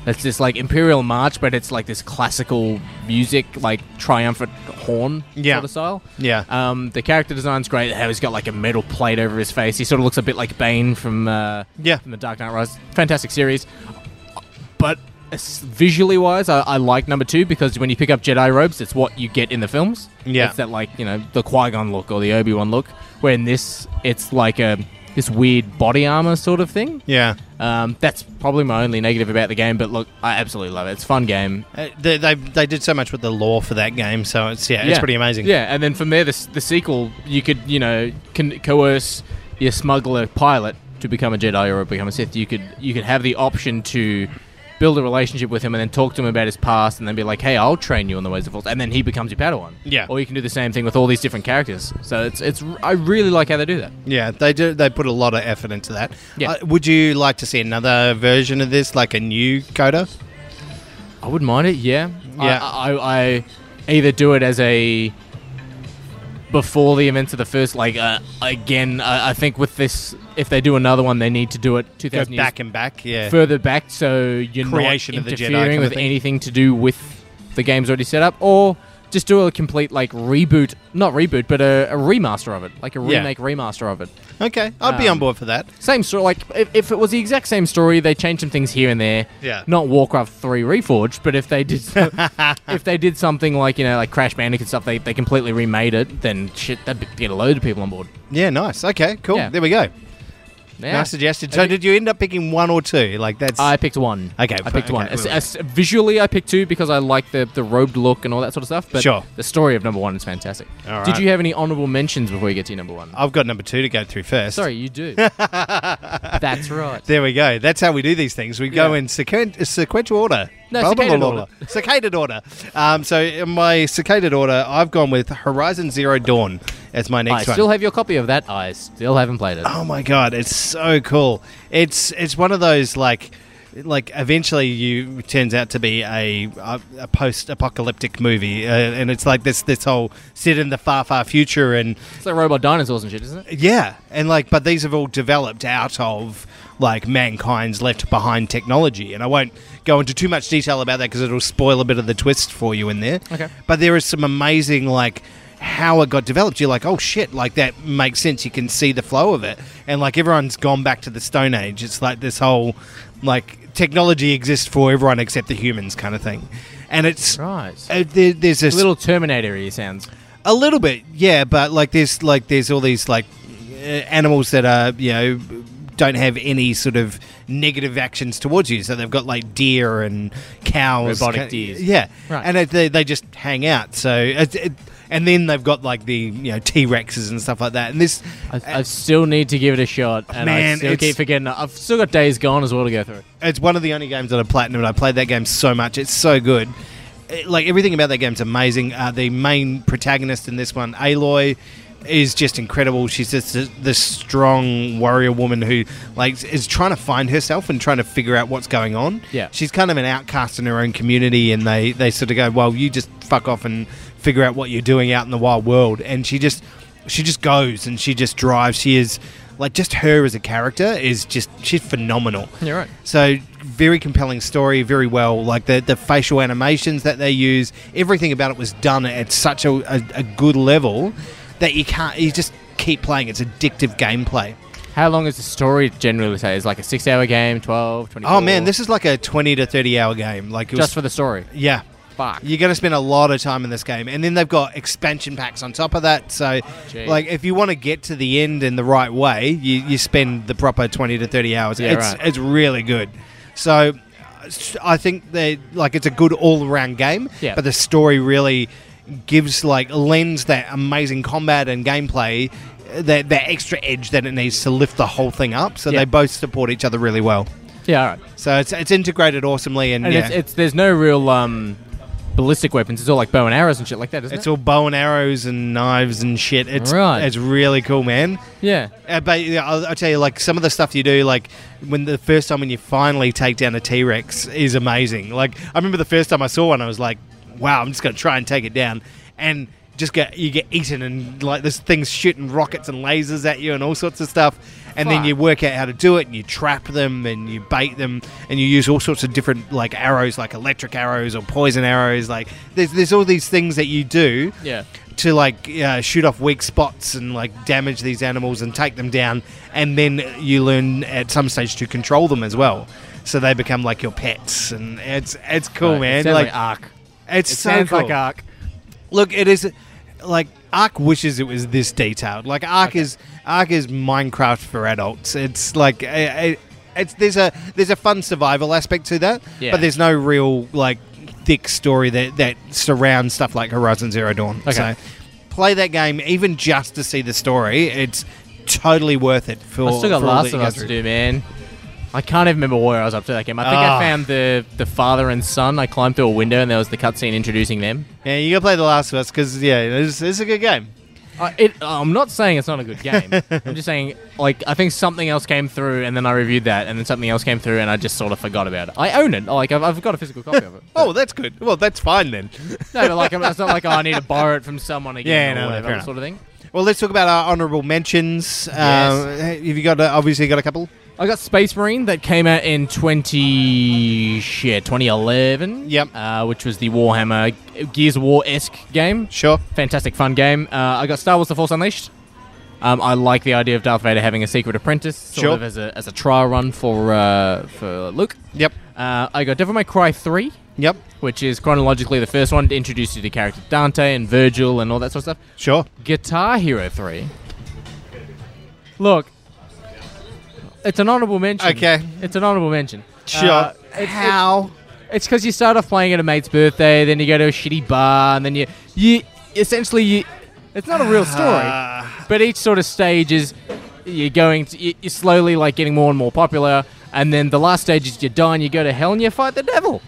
S3: It's this like Imperial March, but it's like this classical music, like triumphant horn
S1: Yeah.
S3: sort of style.
S1: Yeah.
S3: Um, the character design's great. How he's got like a metal plate over his face. He sort of looks a bit like Bane from uh,
S1: Yeah.
S3: from the Dark Knight Rises. Fantastic series, but as- visually wise, I, I like number two because when you pick up Jedi robes, it's what you get in the films.
S1: Yeah.
S3: it's that like you know the Qui Gon look or the Obi Wan look. Where in this, it's like a this weird body armor sort of thing.
S1: yeah.
S3: Um, that's probably my only negative about the game. But look, I absolutely love it. It's a fun game.
S1: Uh, they, they they did so much with the lore for that game, so it's yeah, it's pretty amazing.
S3: Yeah, and then from there, the, s- the sequel, you could, you know, con- coerce your smuggler pilot to become a Jedi or become a Sith. You could, you could have the option to build a relationship with him and then talk to him about his past and then be like, hey, I'll train you on the ways of Force. And then he becomes your Padawan.
S1: Yeah.
S3: Or you can do the same thing with all these different characters. So it's, it's, r- I really like how they do that.
S1: Yeah, they do. They put a lot of effort into that.
S3: Yeah.
S1: Uh, would you like to see another version of this, like a new coda?
S3: I wouldn't mind it. Yeah. I-
S1: Yeah.
S3: I, I, I either do it as a before the events of the first. Like uh, again, I, I think with this, if they do another one, they need to do it two
S1: Go
S3: thousand
S1: back and back. Yeah.
S3: further back, so you're
S1: Creation of
S3: not
S1: the Jedi
S3: interfering
S1: kind of
S3: with
S1: thing.
S3: anything to do with the game's already set up, or just do a complete like reboot, not reboot, but a, a remaster of it, like a
S1: Yeah.
S3: remake remaster of it.
S1: okay, I'd be
S3: Um,
S1: on board for that.
S3: Same story. Like if, if it was the exact same story, they changed some things here and there.
S1: Yeah.
S3: Not Warcraft Three Reforged, but if they did, if they did something like you know like Crash Bandicoot stuff, they, they completely remade it. Then shit, that'd get a load of people on board.
S1: Yeah, nice. Okay, cool.
S3: Yeah.
S1: There we go.
S3: Yeah.
S1: Nice suggestion. So,
S3: Have you-
S1: did you end up picking one or two? Like that's
S3: I picked one.
S1: Okay,
S3: I
S1: f-
S3: picked one.
S1: okay,
S3: As-
S1: right.
S3: as- visually, I picked two because I like the the robed look and all that sort of stuff. But
S1: Sure.
S3: the story of number one is fantastic.
S1: All
S3: Did
S1: right. Uh,
S3: you have any honorable mentions before you get to your number one?
S1: I've got number two to go through first.
S3: Sorry, you do. That's right.
S1: There we go. That's how we do these things. We go
S3: Yeah.
S1: in sequen- sequential order.
S3: No,
S1: Blah, blah,
S3: cicaded
S1: blah,
S3: order.
S1: blah. Cicaded order. Um, so in my cicaded order, I've gone with Horizon Zero Dawn as my
S3: I
S1: next one.
S3: still have your copy of that. I still haven't played it.
S1: Oh my god, it's so cool. It's it's one of those like like eventually you it turns out to be a a, a post-apocalyptic movie uh, and it's like this this whole set in the far far future and
S3: It's like robot dinosaurs and shit, isn't it?
S1: yeah, and like, but these have all developed out of like mankind's left behind technology, and I won't go into too much detail about that because it'll spoil a bit of the twist for you in there.
S3: Okay.
S1: But there is some amazing like how it got developed. You're like, oh shit, like that makes sense. You can see the flow of it, and like everyone's gone back to the Stone Age. It's like this whole like technology exists for everyone except the humans kind of thing, and it's
S3: Right.
S1: uh, there, there's this
S3: A little Terminator-y sounds.
S1: a little bit, yeah, but like there's like there's all these like uh, animals that are you know don't have any sort of negative actions towards you. So they've got like deer and cows,
S3: Robotic
S1: ca-
S3: deers.
S1: yeah,
S3: Right.
S1: and it, they, they just hang out. So it, it, and then they've got like the you know T Rexes and stuff like that. And this,
S3: I, I still need to give it a shot, and I
S1: Man,
S3: still
S1: it's-
S3: keep forgetting. I've still got days gone as well to go through.
S1: it's one of the only games that I platinum. I played that game so much; it's so good. It- like everything about that game's amazing. Uh, the main protagonist in this one, Aloy, is just incredible. She's just this, this strong warrior woman who, like, is trying to find herself and trying to figure out what's going on.
S3: Yeah.
S1: she's kind of an outcast in her own community, and they they sort of go, "Well, you just fuck off and figure out what you're doing out in the wild world." And she just she just goes and she just drives. She is. Like just her as a character is just she's phenomenal.
S3: You're right.
S1: So very compelling story, very well. Like the the facial animations that they use, everything about it was done at such a, a, a good level that you can't. You just keep playing. It's addictive gameplay.
S3: How long is the story generally? Say, is it like a six-hour game, 12, 24?
S1: Oh man, this is like a twenty to thirty hour game. Like it was,
S3: just for the story.
S1: yeah.
S3: fuck.
S1: You're going to spend a lot of time in this game, and then they've got expansion packs on top of that. So,
S3: Gee.
S1: like, if you want to get to the end in the right way, you, you spend the proper twenty to thirty hours.
S3: Yeah,
S1: it's
S3: right.
S1: it's really good. So, uh, s- I think they like it's a good all around game.
S3: Yeah.
S1: But the story really gives like lends that amazing combat and gameplay. uh, That, that extra edge that it needs to lift the whole thing up, so
S3: Yeah.
S1: they both support each other really well.
S3: Yeah, all right.
S1: So it's, it's integrated awesomely, and,
S3: And
S1: yeah,
S3: it's, it's there's no real um, ballistic weapons. It's all like bow and arrows and shit like that, isn't
S1: It's
S3: it?
S1: all bow and arrows and knives and shit. It's
S3: Right.
S1: it's really cool, man.
S3: yeah.
S1: Uh, but yeah, I'll, I'll tell you, like some of the stuff you do, like when the first time when you finally take down a T Rex is amazing. Like I remember the first time I saw one, I was like, "Wow, I'm just gonna try and take it down," and just get you get eaten and like this thing's shooting rockets and lasers at you and all sorts of stuff. And then
S3: Fuck.
S1: you work out how to do it, and you trap them, and you bait them, and you use all sorts of different like arrows, like electric arrows or poison arrows. Like there's there's all these things that you do
S3: Yeah.
S1: to like uh, shoot off weak spots and like damage these animals and take them down and then you learn at some stage to control them as well so they become like your pets and it's it's cool
S3: Right, it
S1: man
S3: sounds
S1: like,
S3: like Ark.
S1: it's
S3: It
S1: so
S3: sounds
S1: cool.
S3: like Ark.
S1: look it is like ark wishes it was this detailed like ark is ark is minecraft for adults it's like it, it's there's a there's a fun survival aspect to that
S3: Yeah.
S1: but there's no real like thick story that that surrounds stuff like horizon zero dawn
S3: Okay.
S1: so play that game even just to see the story it's totally worth it for
S3: I still got
S1: for all
S3: Last
S1: that you
S3: of
S1: go
S3: Us to
S1: through.
S3: do, man. I can't even remember where I was up to that game. I think
S1: Ah.
S3: I found the the father and son. I climbed through a window and there was the cutscene introducing them.
S1: yeah you gotta play the last of us because yeah it's, it's a good game
S3: I Uh, it, I'm not saying it's not a good game. I'm just saying, like, I think something else came through, and then I reviewed that, and then something else came through, and I just sort of forgot about it. I own it. Like, I've, I've got a physical copy of it.
S1: oh that's good well that's fine then
S3: No, but like, I'm- it's not like oh, I need to borrow it from someone again
S1: Yeah,
S3: or
S1: no, no,
S3: whatever
S1: fair enough.
S3: sort of thing.
S1: Well, let's talk about our honourable mentions. Um, have you got? A, obviously, got a couple.
S3: I got Space Marine that came out in 20 shit 2011.
S1: Yep.
S3: Uh, which was the Warhammer Gears of War esque game.
S1: Sure.
S3: Fantastic fun game. Uh, I got Star Wars: The Force Unleashed. Um, I like the idea of Darth Vader having a secret apprentice, sort
S1: Sure.
S3: of as a, as a trial run for uh, for Luke.
S1: Yep.
S3: Uh, I got Devil May Cry three,
S1: Yep.
S3: which is chronologically the first one to introduce you to character Dante and Virgil and all that sort of stuff.
S1: Sure.
S3: Guitar Hero 3. Look, it's an honorable mention.
S1: Okay.
S3: It's an honorable mention.
S1: Sure.
S3: Uh,
S1: How?
S3: it's because you start off playing at a mate's birthday, then you go to a shitty bar, and then you. you essentially, you, it's not a real story,
S1: Ah.
S3: but each sort of stage is you're going to. You, you're slowly like getting more and more popular, and then the last stage is you die and you go to hell and you fight the devil.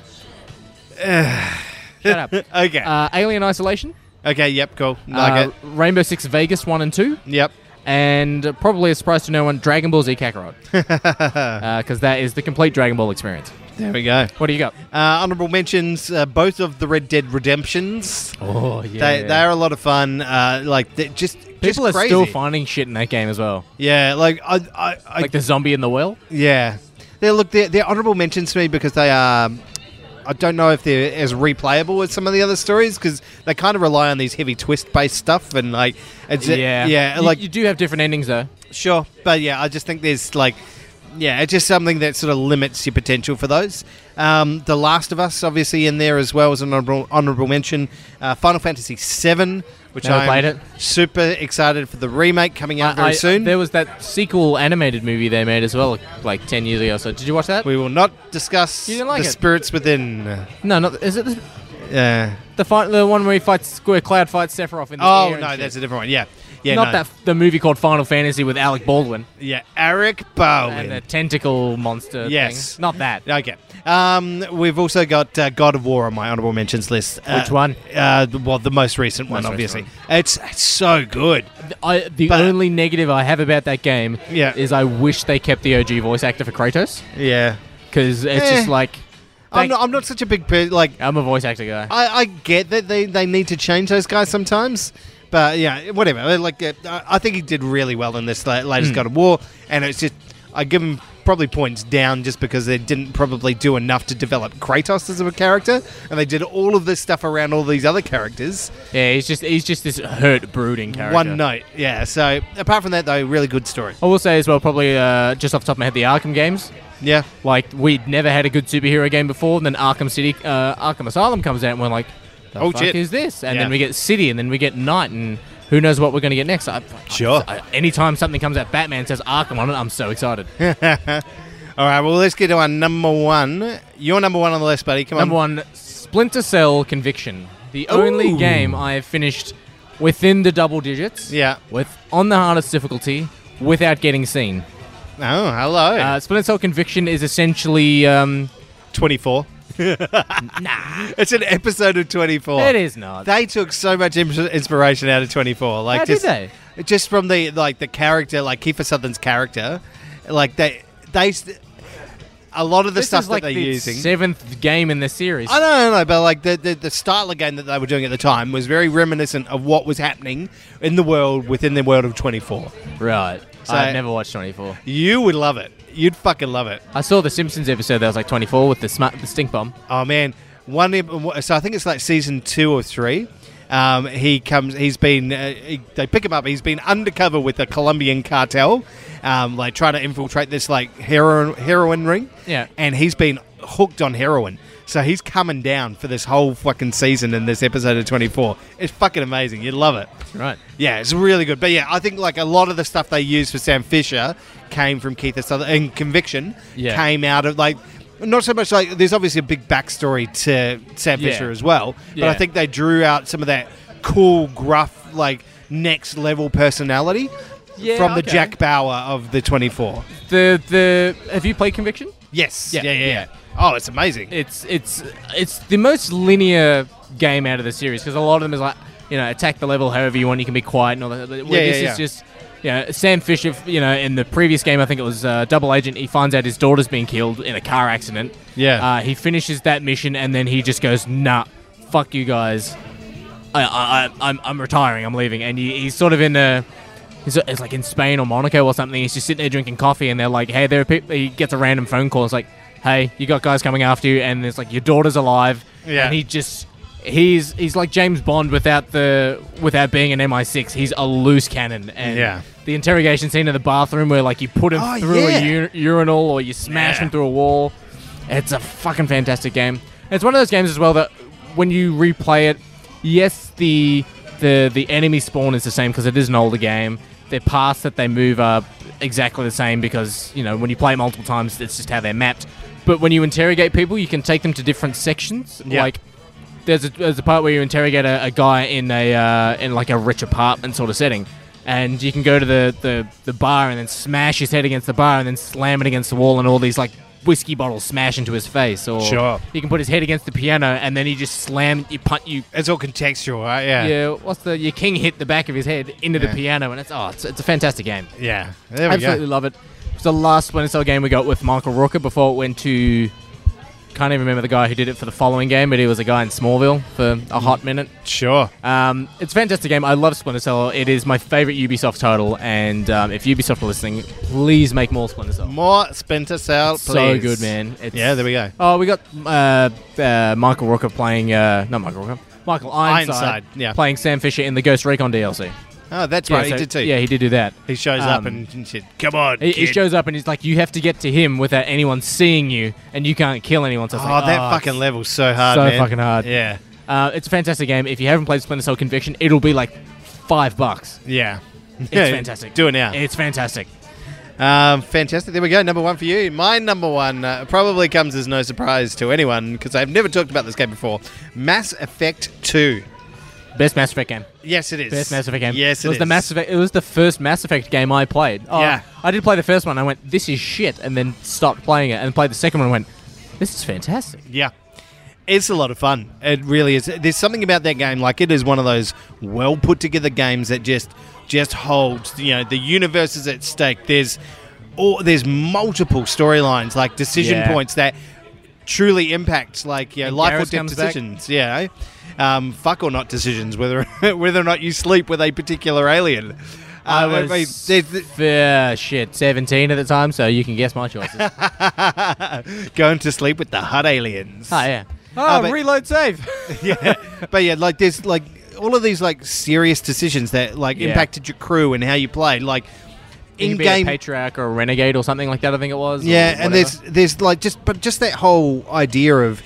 S3: Shut up.
S1: okay.
S3: Uh, Alien Isolation.
S1: okay. Yep. Cool. Like
S3: uh,
S1: it.
S3: Rainbow Six Vegas 1 and 2.
S1: Yep.
S3: and probably a surprise to no one, Dragon Ball Z Kakarot, because that is the complete Dragon Ball experience.
S1: There we go. Uh,
S3: What do you got?
S1: honourable mentions. Uh, both of the Red Dead Redemptions.
S3: Oh yeah,
S1: They, they are a lot of fun. Uh, like they just just
S3: people are
S1: crazy.
S3: still finding shit in that game as well,
S1: Yeah. Like I. I. I
S3: like the zombie in the well.
S1: yeah. They look. They're, they're honourable mentions to me because they are. I don't know if they're as replayable as some of the other stories because they kind of rely on these heavy twist-based stuff and like it's
S3: Yeah,
S1: yeah
S3: You-
S1: like
S3: you do have different endings though.
S1: Sure, but yeah, I just think there's like, yeah, it's just something that sort of limits your potential for those. Um, the Last of Us, obviously, in there as well as an honorable, honorable mention. Uh, Final Fantasy VII, which
S3: Never
S1: I'm
S3: played it.
S1: super excited for the remake coming out Uh, very
S3: I-
S1: soon.
S3: There was that sequel animated movie they made as well, like ten years ago. or So did you watch that?
S1: we will not discuss
S3: You didn't like
S1: the
S3: it.
S1: spirits within.
S3: no, not is it the,
S1: Yeah.
S3: the fight, the one where he fights where Cloud fights Sephiroth in the air
S1: oh
S3: and
S1: no,
S3: shit?
S1: that's a different one. Yeah, yeah,
S3: not
S1: no.
S3: that f- the movie called Final Fantasy with Alec Baldwin
S1: yeah, Eric Bowen.
S3: and the tentacle monster.
S1: Yes.
S3: thing. not that.
S1: Okay. Um, we've also got uh, God of War on my honorable mentions list. Uh,
S3: Which one?
S1: Uh, well, the most recent one,
S3: Most
S1: obviously.
S3: recent
S1: It's, it's so good.
S3: I, the
S1: But-
S3: only negative I have about that game
S1: Yeah.
S3: is I wish they kept the OG voice actor for Kratos
S1: Yeah.
S3: because it's
S1: Eh.
S3: just like
S1: I'm
S3: Thank-
S1: not, I'm not such a big per- like.
S3: I'm a voice actor guy.
S1: I, I get that they, they need to change those guys sometimes, but yeah,
S3: Hmm.
S1: whatever. Like, uh, I I think he did really well in this la- latest God of War, and it's just I give him probably points down just because they didn't probably do enough to develop Kratos as a character, and they did all of this stuff around all these other characters.
S3: Yeah, he's just he's just this hurt, brooding character.
S1: One note, yeah. So apart from that, though, really good story.
S3: I will say as well, probably uh, just off the top of my head, the Arkham games.
S1: Yeah,
S3: Like we'd never had a good superhero game before. And then Arkham City, uh, Arkham Asylum comes out, and we're like, the
S1: Oh,
S3: fuck
S1: shit.
S3: is this?" And
S1: Yeah.
S3: then we get City, and then we get Night, and who knows what we're going to get next? I, I-
S1: Sure.
S3: I, anytime something comes out, Batman says Arkham on it, I'm so excited.
S1: All right, well, let's get to our number one. You're number one on the list, buddy. Come
S3: Number
S1: on.
S3: one, Splinter Cell Conviction, the only
S1: Ooh.
S3: game I have finished within the double digits.
S1: Yeah.
S3: With on the hardest difficulty, without getting seen.
S1: Oh, hello.
S3: Uh, Splinter Cell Conviction is essentially um,
S1: 24.
S3: nah.
S1: It's an episode of 24.
S3: It is not.
S1: They took so much ins- inspiration out of 24. Like
S3: How did
S1: just,
S3: they?
S1: Just from the like the character, like Kiefer Sutherland's character, like they they st- a lot of the
S3: this
S1: stuff
S3: is like
S1: that they're
S3: the
S1: using.
S3: seventh game in the series.
S1: I don't know, but like the, the the style of game that they were doing at the time was very reminiscent of what was happening in the world within the world of 24.
S3: Right.
S1: So-
S3: I've never watched 24.
S1: You would love it. You'd fucking love it.
S3: I saw the Simpsons episode that was like 24 with the, smart, the stink bomb.
S1: Oh man, one. So I think it's like season two or three. Um, he comes. He's been. Uh, he, they pick him up. He's been undercover with the Colombian cartel, um, like trying to infiltrate this like heroin heroin ring.
S3: Yeah.
S1: and he's been hooked on heroin. So he's coming down for this whole fucking season in this episode of 24. It's fucking amazing. You'd love it.
S3: Right.
S1: Yeah, it's really good. But yeah, I think like a lot of the stuff they used for Sam Fisher came from Keith Sutherland and Conviction
S3: Yeah.
S1: came out of like not so much like there's obviously a big backstory to Sam
S3: Yeah.
S1: Fisher as well. But I
S3: Yeah.
S1: think they drew out some of that cool, gruff, like next level personality
S3: Yeah,
S1: from the
S3: okay.
S1: Jack Bauer of the twenty four.
S3: The the Have you played Conviction?
S1: Yes. Yeah,
S3: Yeah,
S1: yeah, yeah.
S3: yeah.
S1: Oh, it's amazing.
S3: It's it's it's the most linear game out of the series because a lot of them is like you know attack the level however you want. You can be quiet and all that. Where
S1: Yeah, yeah,
S3: this
S1: yeah.
S3: is just. You know, Sam Fisher, you know, in the previous game, I think it was uh, Double Agent, he finds out his daughter's been killed in a car accident.
S1: Yeah.
S3: Uh, he finishes that mission and then he just goes, nah, fuck you guys. I, I, I, I'm, I'm retiring, I'm leaving. And he, he's sort of in a. He's, it's like in Spain or Monaco or something. He's just sitting there drinking coffee, and they're like, "Hey, there." Are people, he gets a random phone call. It's like, "Hey, you got guys coming after you," and it's like, "Your daughter's alive."
S1: Yeah.
S3: And he just he's he's like James Bond without the without being an MI6. He's a loose cannon. And
S1: Yeah.
S3: The interrogation scene in the bathroom where like you put him
S1: Oh,
S3: through
S1: yeah.
S3: a u- urinal or you smash
S1: Yeah.
S3: him through a wall. It's a fucking fantastic game. It's one of those games as well that when you replay it, yes, the the the enemy spawn is the same because it is an older game. Their paths that they move are exactly the same because you know when you play it multiple times, it's just how they're mapped. But when you interrogate people, you can take them to different sections.
S1: Yeah.
S3: Like there's a, there's a part where you interrogate a, a guy in a uh, in like a rich apartment sort of setting, and you can go to the, the, the bar and then smash his head against the bar and then slam it against the wall and all these like whiskey bottles smash into his face, or
S1: Sure.
S3: you can put his head against the piano and then you just slam you punt you
S1: it's all contextual, right? Yeah.
S3: yeah what's the your king hit the back of his head into
S1: Yeah.
S3: the piano and it's oh it's, it's a fantastic game.
S1: Yeah. There we
S3: Absolutely
S1: go.
S3: love it. It's the last Splinter Cell game we got with Michael Rooker before it went to. Can't even remember the guy who did it for the following game, but he was a guy in Smallville for a hot minute.
S1: Sure.
S3: Um, it's a fantastic game. I love Splinter Cell. It is my favorite Ubisoft title, and um, if Ubisoft are listening, please make more Splinter Cell.
S1: More Splinter Cell, please.
S3: So good, man. It's,
S1: Yeah, there we go.
S3: Oh, we got uh, uh, Michael Rooker playing. Uh, not Michael Rooker. Michael Ironside,
S1: Ironside, yeah.
S3: playing Sam Fisher in the Ghost Recon DLC.
S1: Oh, that's
S3: Yeah,
S1: right.
S3: so-
S1: he did too.
S3: Yeah, he did do that.
S1: He shows up
S3: Um,
S1: and, and said, "Come on."
S3: He, he
S1: kid."
S3: shows up and he's like, "You have to get to him without anyone seeing you, and you can't kill anyone." So
S1: Oh,
S3: it's like,
S1: that
S3: oh,
S1: fucking
S3: it's-
S1: level's so hard.
S3: so
S1: man.
S3: fucking hard.
S1: Yeah,
S3: Uh, it's a fantastic game. If you haven't played Splinter Cell Conviction, it'll be like five bucks.
S1: yeah.
S3: It's
S1: Yeah,
S3: fantastic.
S1: Do it now.
S3: It's fantastic.
S1: Um, fantastic. There we go. Number one for you. My number one uh, probably comes as no surprise to anyone because I've never talked about this game before. Mass Effect Two.
S3: Best Mass Effect game.
S1: Yes, it is.
S3: Best Mass Effect game.
S1: Yes,
S3: it was the Mass Effect. It was the first Mass Effect game I played. Oh,
S1: Yeah.
S3: I did play the first one. I went, "This is shit," and then stopped playing it and played the second one. and Went, "This is fantastic."
S1: Yeah. It's a lot of fun. It really is. There's something about that game. Like it is one of those well put together games that just just holds. You know, the universe is at stake. There's or there's multiple storylines, like decision
S3: Yeah.
S1: points that truly impact, like you know,
S3: And
S1: life
S3: Garrus
S1: or death
S3: comes back.
S1: decisions. Yeah. Um, fuck or not decisions, whether whether or not you sleep with a particular alien.
S3: I
S1: Uh, wait,
S3: was
S1: wait, there's the-
S3: fair shit, 17 at the time, so you can guess my choices. oh,
S1: going to sleep with the hut aliens.
S3: yeah.
S1: Ah, but-
S3: reload save.
S1: yeah, but yeah, like there's like all of these like serious decisions that like
S3: Yeah.
S1: impacted your crew and how you played. Like
S3: you
S1: in
S3: can be a
S1: game,
S3: patriarch or a renegade or something like that, I think it was. or
S1: yeah, and
S3: whatever.
S1: there's there's like just but just that whole idea of.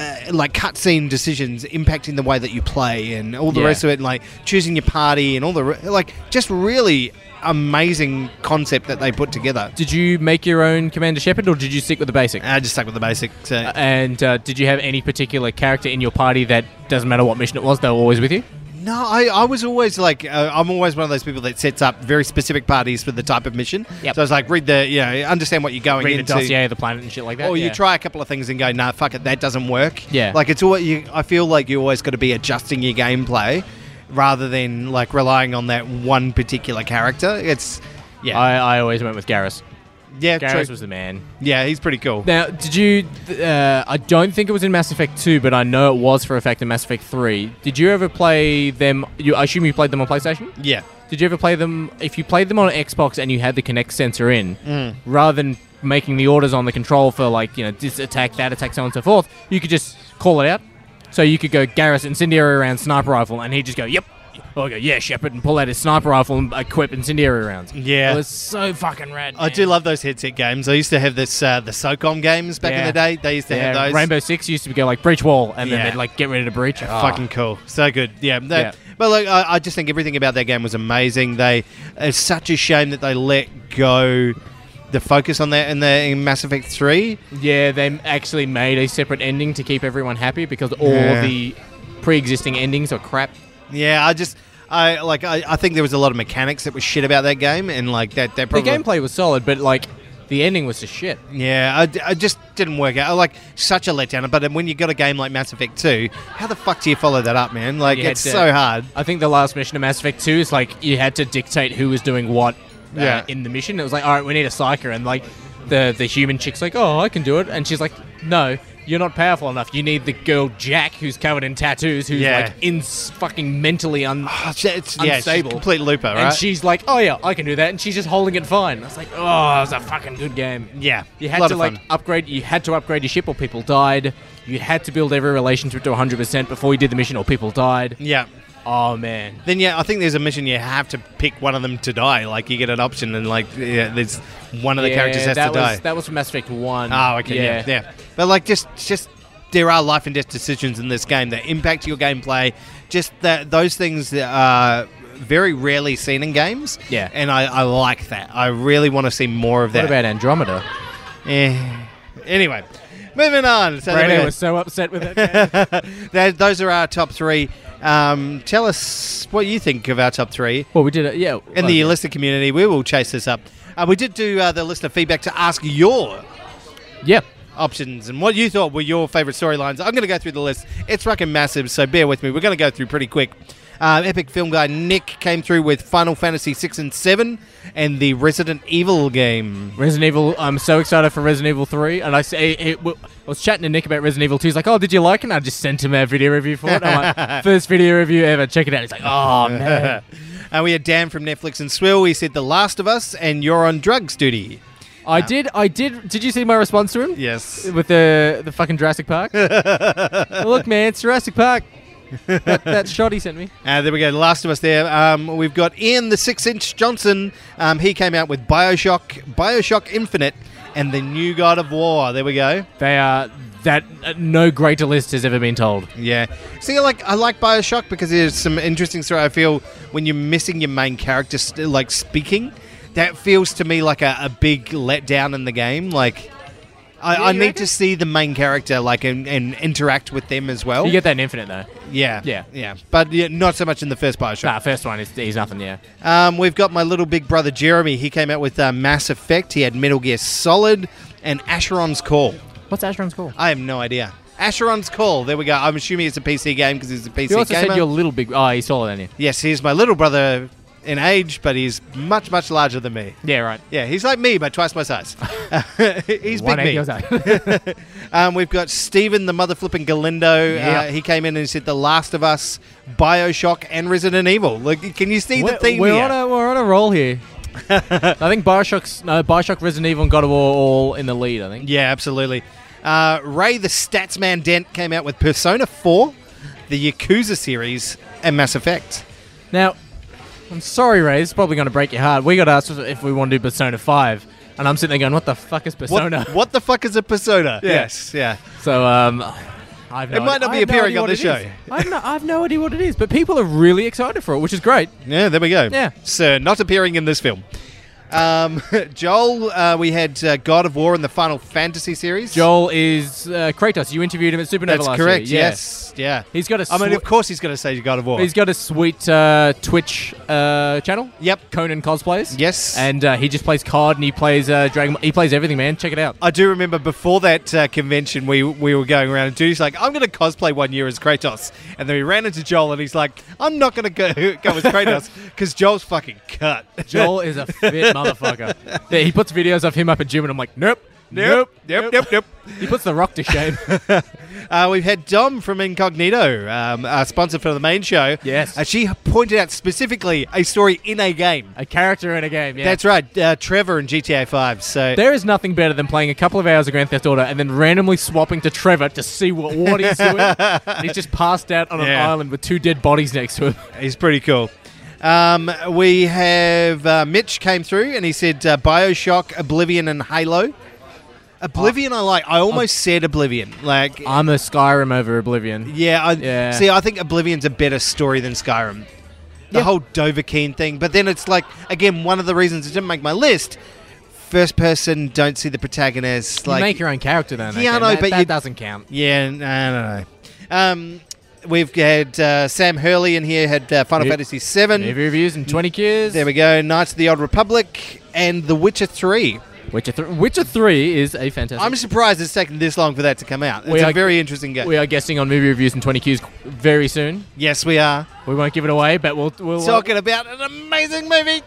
S1: Uh, like cutscene decisions impacting the way that you play and all the
S3: Yeah.
S1: rest of it, like choosing your party and all the re- like, just really amazing concept that they put together.
S3: Did you make your own Commander Shepard or did you stick with the basic?
S1: I just stuck with the basic. So.
S3: and uh, did you have any particular character in your party that doesn't matter what mission it was, they were always with you?
S1: No, I, I was always like, uh, I'm always one of those people that sets up very specific parties for the type of mission.
S3: Yep.
S1: So I was like, read the, you know, understand what you're going
S3: Read the
S1: into.
S3: dossier of the planet and shit like that.
S1: Or
S3: yeah.
S1: you try a couple of things and go, nah, fuck it, that doesn't work.
S3: Yeah.
S1: Like, it's all, you, I feel like you always got to be adjusting your gameplay rather than like relying on that one particular character. It's, yeah.
S3: I, I always went with Garrus.
S1: yeah,
S3: Garrus
S1: true.
S3: was the man.
S1: yeah, he's pretty cool.
S3: Now, did you? th- Uh, I don't think it was in Mass Effect Two, but I know it was for a fact in Mass Effect Three. Did you ever play them? You, I assume you played them on PlayStation.
S1: yeah.
S3: Did you ever play them? If you played them on Xbox and you had the Kinect sensor in, rather than making the orders on the control for like you know this attack, that attack, so on and so forth, you could just call it out. So you could go Garrus incendiary round sniper rifle, and he'd just go yep. Or go yeah Shepard and pull out his sniper rifle and equip incendiary rounds.
S1: Yeah.
S3: it was so fucking rad.
S1: I do
S3: man.
S1: love those headset games. I used to have this, uh, the SOCOM games back in
S3: Yeah.
S1: the day. They used to have
S3: Yeah,
S1: those.
S3: Rainbow Six used to go like breach wall, and
S1: Yeah.
S3: then they'd like get ready to breach. Ah.
S1: Fucking cool. So good. Yeah. They-
S3: Yeah.
S1: But look, I, I just think everything about that game was amazing. They It's such a shame that they let go the focus on that in, the, in Mass Effect 3.
S3: yeah, they m- actually made a separate ending to keep everyone happy because all
S1: Yeah.
S3: the pre-existing endings are crap.
S1: Yeah, I just. I like. I, I think there was a lot of mechanics that was shit about that game, and like that. That probably.
S3: The gameplay was solid, but like the ending was just shit.
S1: Yeah, I d- I, just didn't work out. I, Like such a letdown. But then when you got a game like Mass Effect Two, how the fuck do you follow that up, man? Like
S3: You had
S1: it's
S3: to-
S1: so hard.
S3: I think the last mission of Mass Effect Two is like you had to dictate who was doing what uh,
S1: Yeah.
S3: in the mission. It was like, all right, we need a psyker, and like the the human chick's like, oh, I can do it, and she's like, no. You're not powerful enough. You need the girl Jack, who's covered in tattoos, who's
S1: Yeah.
S3: like in fucking mentally un-
S1: Oh, it's, it's- yeah, it's
S3: Unstable.
S1: complete looper, right?
S3: And she's like, "Oh yeah, I can do that," and she's just holding it fine. I was like, "Oh, it was a fucking good game."
S1: yeah,
S3: You had
S1: lot
S3: to
S1: of
S3: like
S1: fun.
S3: upgrade. You had to upgrade your ship, or people died. You had to build every relationship to 100 percent before you did the mission, or people died.
S1: Yeah.
S3: Oh man,
S1: Then yeah, I think there's a mission you have to pick one of them to die. Like you get an option, and like yeah, there's one of the characters has
S3: that
S1: to
S3: was,
S1: die.
S3: That was from Mass Effect One.
S1: oh, okay, yeah. yeah, But like just just there are life and death decisions in this game that impact your gameplay. Just that those things that are very rarely seen in games.
S3: Yeah.
S1: and I, I like that. I really want to see more of
S3: What
S1: that.
S3: about Andromeda?
S1: Eh. Anyway, moving on. So there we
S3: Brandon
S1: go.
S3: was so upset with it.
S1: That- those are our top three. Um, tell us what you think of our top three.
S3: well, we did it. Yeah, Uh,
S1: in
S3: well,
S1: the
S3: yeah.
S1: listener community. We will chase this up. Uh, we did do uh, the listener feedback to ask your
S3: Yeah.
S1: options and what you thought were your favourite storylines. I'm going to go through the list. It's fucking massive, so bear with me. We're going to go through pretty quick. Uh, Epic film guy Nick came through with Final Fantasy six and seven and the Resident Evil game.
S3: Resident Evil. I'm so excited for Resident Evil 3, and I say it, w I I was chatting to Nick about Resident Evil 2. He's like, "Oh, did you like it?" And I just sent him a video review for it. I'm like, "First video review ever. Check it out." He's like, "Oh man."
S1: Uh, we had Dan from Netflix and Swill. He said The Last of Us and You're on Drugs Duty.
S3: I did. I did. Did you see my response to him?
S1: Yes.
S3: With the the fucking Jurassic Park. Look, man, it's Jurassic Park. That, that shot he sent me.
S1: Uh, there we go. The last of us there. Um, we've got Ian the Six Inch Johnson. Um, he came out with Bioshock, Bioshock Infinite, and the new God of War. There we go.
S3: They are that uh, no greater list has ever been told.
S1: Yeah. See, like I like Bioshock because there's some interesting story. I feel when you're missing your main character, st- like speaking, that feels to me like a, a big letdown in the game. Like. I, I
S3: you
S1: need
S3: reckon?
S1: to see the main character like and, and interact with them as well.
S3: You get that in Infinite though.
S1: yeah,
S3: Yeah.
S1: yeah, but yeah, not so much in the first Bioshock.
S3: Nah, first one is he's nothing. Yeah.
S1: Um, we've got my little big brother Jeremy. He came out with uh, Mass Effect. He had Metal Gear Solid and Asheron's Call.
S3: What's Ashram's call?
S1: I have no idea. Asheron's Call. There we go. I'm assuming it's a PC game because he's a PC
S3: You also
S1: gamer.
S3: said you're a little big. Oh, he's taller than you.
S1: yes, he's my little brother in age, but he's much much larger than me.
S3: Yeah, right.
S1: Yeah, he's like me, but twice my size. he's big
S3: One
S1: me.
S3: eight years old.
S1: Um, we've got Steven the mother flipping Galindo.
S3: Yeah.
S1: Uh, he came in and said The Last of Us, Bioshock, and Resident Evil. Like, can you see the theme
S3: we're
S1: here?
S3: on a we're on a roll here. I think Bioshock's no Bioshock, Resident Evil, and God of War all in the lead. I think.
S1: yeah, absolutely. Uh, Ray the Statsman Dent came out with Persona 4, the Yakuza series, and Mass Effect.
S3: Now, I'm sorry, Ray. This is probably going to break your heart. We got asked if we want to do Persona Five, and I'm sitting there going, "What the fuck is
S1: What,
S3: Persona?"
S1: what the fuck is a persona?
S3: Yeah.
S1: Yes, yeah.
S3: So, um, I've
S1: It might not be appearing on this show.
S3: I've no, I've no idea what it is, but people are really excited for it, which is great.
S1: Yeah, there we go.
S3: Yeah.
S1: Sir, not appearing in this film. Um, Joel, uh, we had uh, God of War in the Final Fantasy series.
S3: Joel is uh, Kratos. You interviewed him at Supernova
S1: That's
S3: last
S1: correct.
S3: year. Yeah.
S1: Yes. Yeah.
S3: He's got a.
S1: I mean,
S3: swe-
S1: of course he's going to say God of War.
S3: he's got a sweet uh, Twitch uh, channel.
S1: yep.
S3: Conan cosplays.
S1: Yes.
S3: And uh, he just plays COD and he plays uh, Dragon. He plays everything, man. Check it out.
S1: I do remember before that uh, convention, we we were going around and Judy's like, I'm going to cosplay one year as Kratos. And then we ran into Joel and he's like, I'm not going to go go as Kratos because Joel's fucking cut.
S3: Joel is a fit motherfucker. Yeah, he puts videos of him up at gym, and I'm like, nope, nope,
S1: Nope. Nope. Nope.
S3: He puts the rock to shame.
S1: Uh, we've had Dom from Incognito, um, our sponsor for the main show.
S3: Yes.
S1: Uh, she pointed out specifically a story in a game.
S3: a character in a game. Yeah.
S1: That's right, uh, Trevor in GTA 5. So
S3: there is nothing better than playing a couple of hours of Grand Theft Auto and then randomly swapping to Trevor to see what, what he's doing. And he's just passed out on an
S1: Yeah.
S3: island with two dead bodies next to him.
S1: He's pretty cool. Um, we have uh, Mitch came through and he said uh, Bioshock, Oblivion, and Halo. Oblivion, I like. I almost
S3: Oh.
S1: said Oblivion. Like,
S3: I'm a Skyrim over Oblivion.
S1: yeah, I,
S3: Oh. Yeah.
S1: See, I think Oblivion's a better story than Skyrim. The
S3: Yeah.
S1: whole Dovahkiin thing. But then it's like, again, one of the reasons it didn't make my list. First person, don't see the protagonist.
S3: you
S1: like,
S3: make your own character then.
S1: Yeah, I
S3: okay?
S1: know,
S3: That-
S1: but
S3: that
S1: you-
S3: doesn't count.
S1: yeah, no, no, no. Um, we've had uh, Sam Hurley in here had uh, Final
S3: Yeah.
S1: Fantasy Seven.
S3: Movie reviews and 20 kids.
S1: There we go. Knights of the Old Republic and The Witcher 3.
S3: Witcher, th- Witcher 3 is a fantastic.
S1: I'm surprised it's taken this long for that to come out. It's
S3: We
S1: a
S3: are-
S1: very interesting game.
S3: we are guessing on movie reviews and 20 Qs very soon.
S1: yes, we are.
S3: We won't give it away, but we'll. we'll
S1: Talking about an amazing movie.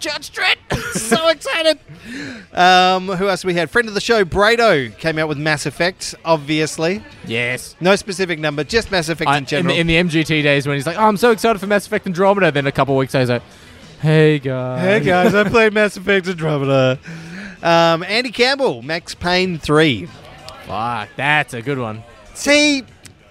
S1: Judge Dredd. so excited. Um, who else we had? Friend of the show, Brado, came out with Mass Effect, obviously.
S3: yes.
S1: No specific number, just Mass Effect
S3: I-
S1: in
S3: in,
S1: general.
S3: the, in the MGT days when he's like, oh, I'm so excited for Mass Effect Andromeda. Then a couple weeks later, he's like, hey guys.
S1: hey guys, I played Mass Effect Andromeda. Um, Andy Campbell, Max Payne 3.
S3: Fuck, that's a good one.
S1: See,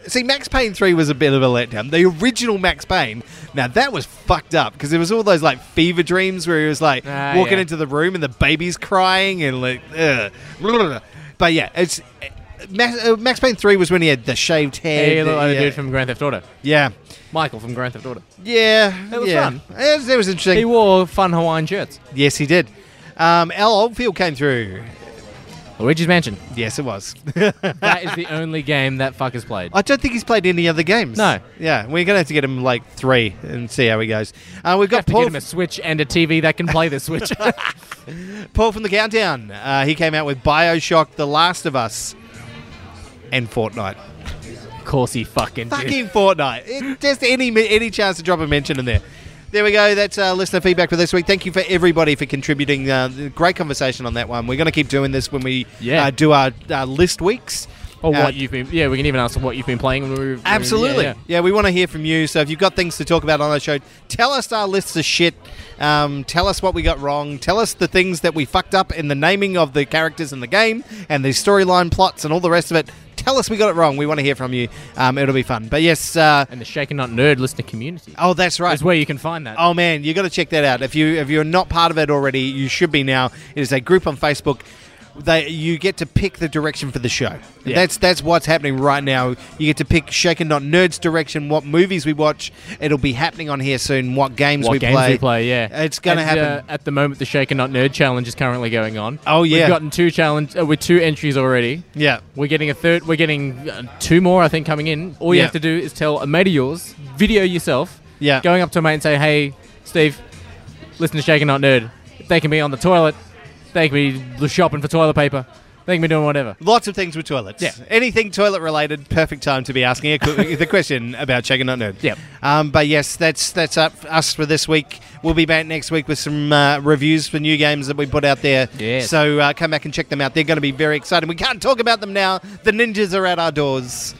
S1: see, Max Payne three was a bit of a letdown. The original Max Payne, now that was fucked up because there was all those like fever dreams where he was like
S3: Ah,
S1: walking
S3: yeah.
S1: into the room and the baby's crying and like, ugh. Blah, blah, blah. but yeah, it's. eh, Max, uh, Max Payne 3 was when he had the shaved hair.
S3: Hey, look like
S1: yeah.
S3: the dude from Grand Theft Auto.
S1: yeah.
S3: Michael from Grand Theft Auto.
S1: Yeah.
S3: That was
S1: yeah.
S3: fun.
S1: It was, it was interesting.
S3: He wore fun Hawaiian shirts.
S1: yes, he did. Um, Al Oldfield came through.
S3: Luigi's Mansion.
S1: Yes, it was.
S3: That is the only game that fucker's played.
S1: I don't think he's played any other games.
S3: No.
S1: Yeah, we're going to have to get him like three and see how he goes. Uh, we've got
S3: have to
S1: Paul
S3: get him a Switch and a TV that can play the Switch.
S1: Paul from the Countdown. Uh, he came out with Bioshock, The Last of Us, and Fortnite.
S3: of course he fucking did.
S1: Fucking Fortnite! It, just any any chance to drop a mention in there. There we go. That's uh, listener feedback for this week. Thank you for everybody for contributing. Uh, the great conversation on that one. We're going to keep doing this when we
S3: Yeah.
S1: uh, do our uh, list weeks.
S3: Or
S1: Uh,
S3: what you've been. Yeah, we can even ask them what you've been playing. When we were,
S1: Absolutely.
S3: Yeah,
S1: Yeah, we want to hear from you. So if you've got things to talk about on our show, tell us our lists of shit. Um, tell us what we got wrong. Tell us the things that we fucked up in the naming of the characters in the game and the storyline plots and all the rest of it. Tell us we got it wrong. We want to hear from you. Um, it'll be fun. But yes, uh,
S3: And the Shaken Not Nerd listener community
S1: oh, that's right.
S3: is where you can find that.
S1: Oh man, you got to check that out. If you if you're not part of it already, you should be now. It is a group on Facebook. They you get to pick the direction for the show.
S3: Yeah.
S1: That's that's what's happening right now. You get to pick Shaken Not Nerds direction, what movies we watch. It'll be happening on here soon. What games,
S3: what
S1: we,
S3: games
S1: play.
S3: we play, yeah.
S1: It's gonna
S3: And,
S1: happen.
S3: Uh, at the moment, the Shaken Not Nerd challenge is currently going on.
S1: Oh, yeah.
S3: We've gotten two challenge uh, with two entries already.
S1: Yeah.
S3: We're getting a third. We're getting uh, two more, I think, coming in. All you
S1: Yeah.
S3: have to do is tell a mate of yours, video yourself,
S1: Yeah.
S3: going up to a mate and say, "Hey, Steve, listen to Shaken Not Nerd. They can be on the toilet. They can be shopping for toilet paper. They can be doing whatever.
S1: Lots of things with toilets.
S3: Yeah.
S1: Anything toilet related, perfect time to be asking a qu- the question about Shaken Not Nerd.
S3: Yep.
S1: Um, but yes, that's that's up for us for this week. We'll be back next week with some uh, reviews for new games that we put out there.
S3: Yes.
S1: So uh, come back and check them out. They're going to be very exciting. We can't talk about them now. The ninjas are at our doors.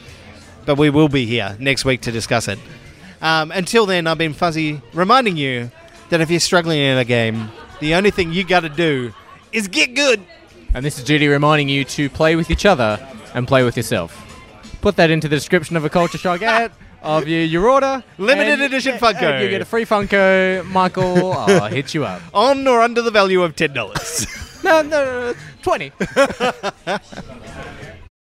S1: But we will be here next week to discuss it. Um, until then, I've been Fuzzy reminding you that if you're struggling in a game, the only thing you got to do is get good.
S3: And this is Judy reminding you to play with each other and play with yourself. Put that into the description of a culture shock ad of your, your order.
S1: Limited
S3: and-
S1: edition
S3: and
S1: Funko.
S3: You get a free Funko. Michael, I'll hit you up.
S1: On or under the value of $10.
S3: No, no, no, no 20.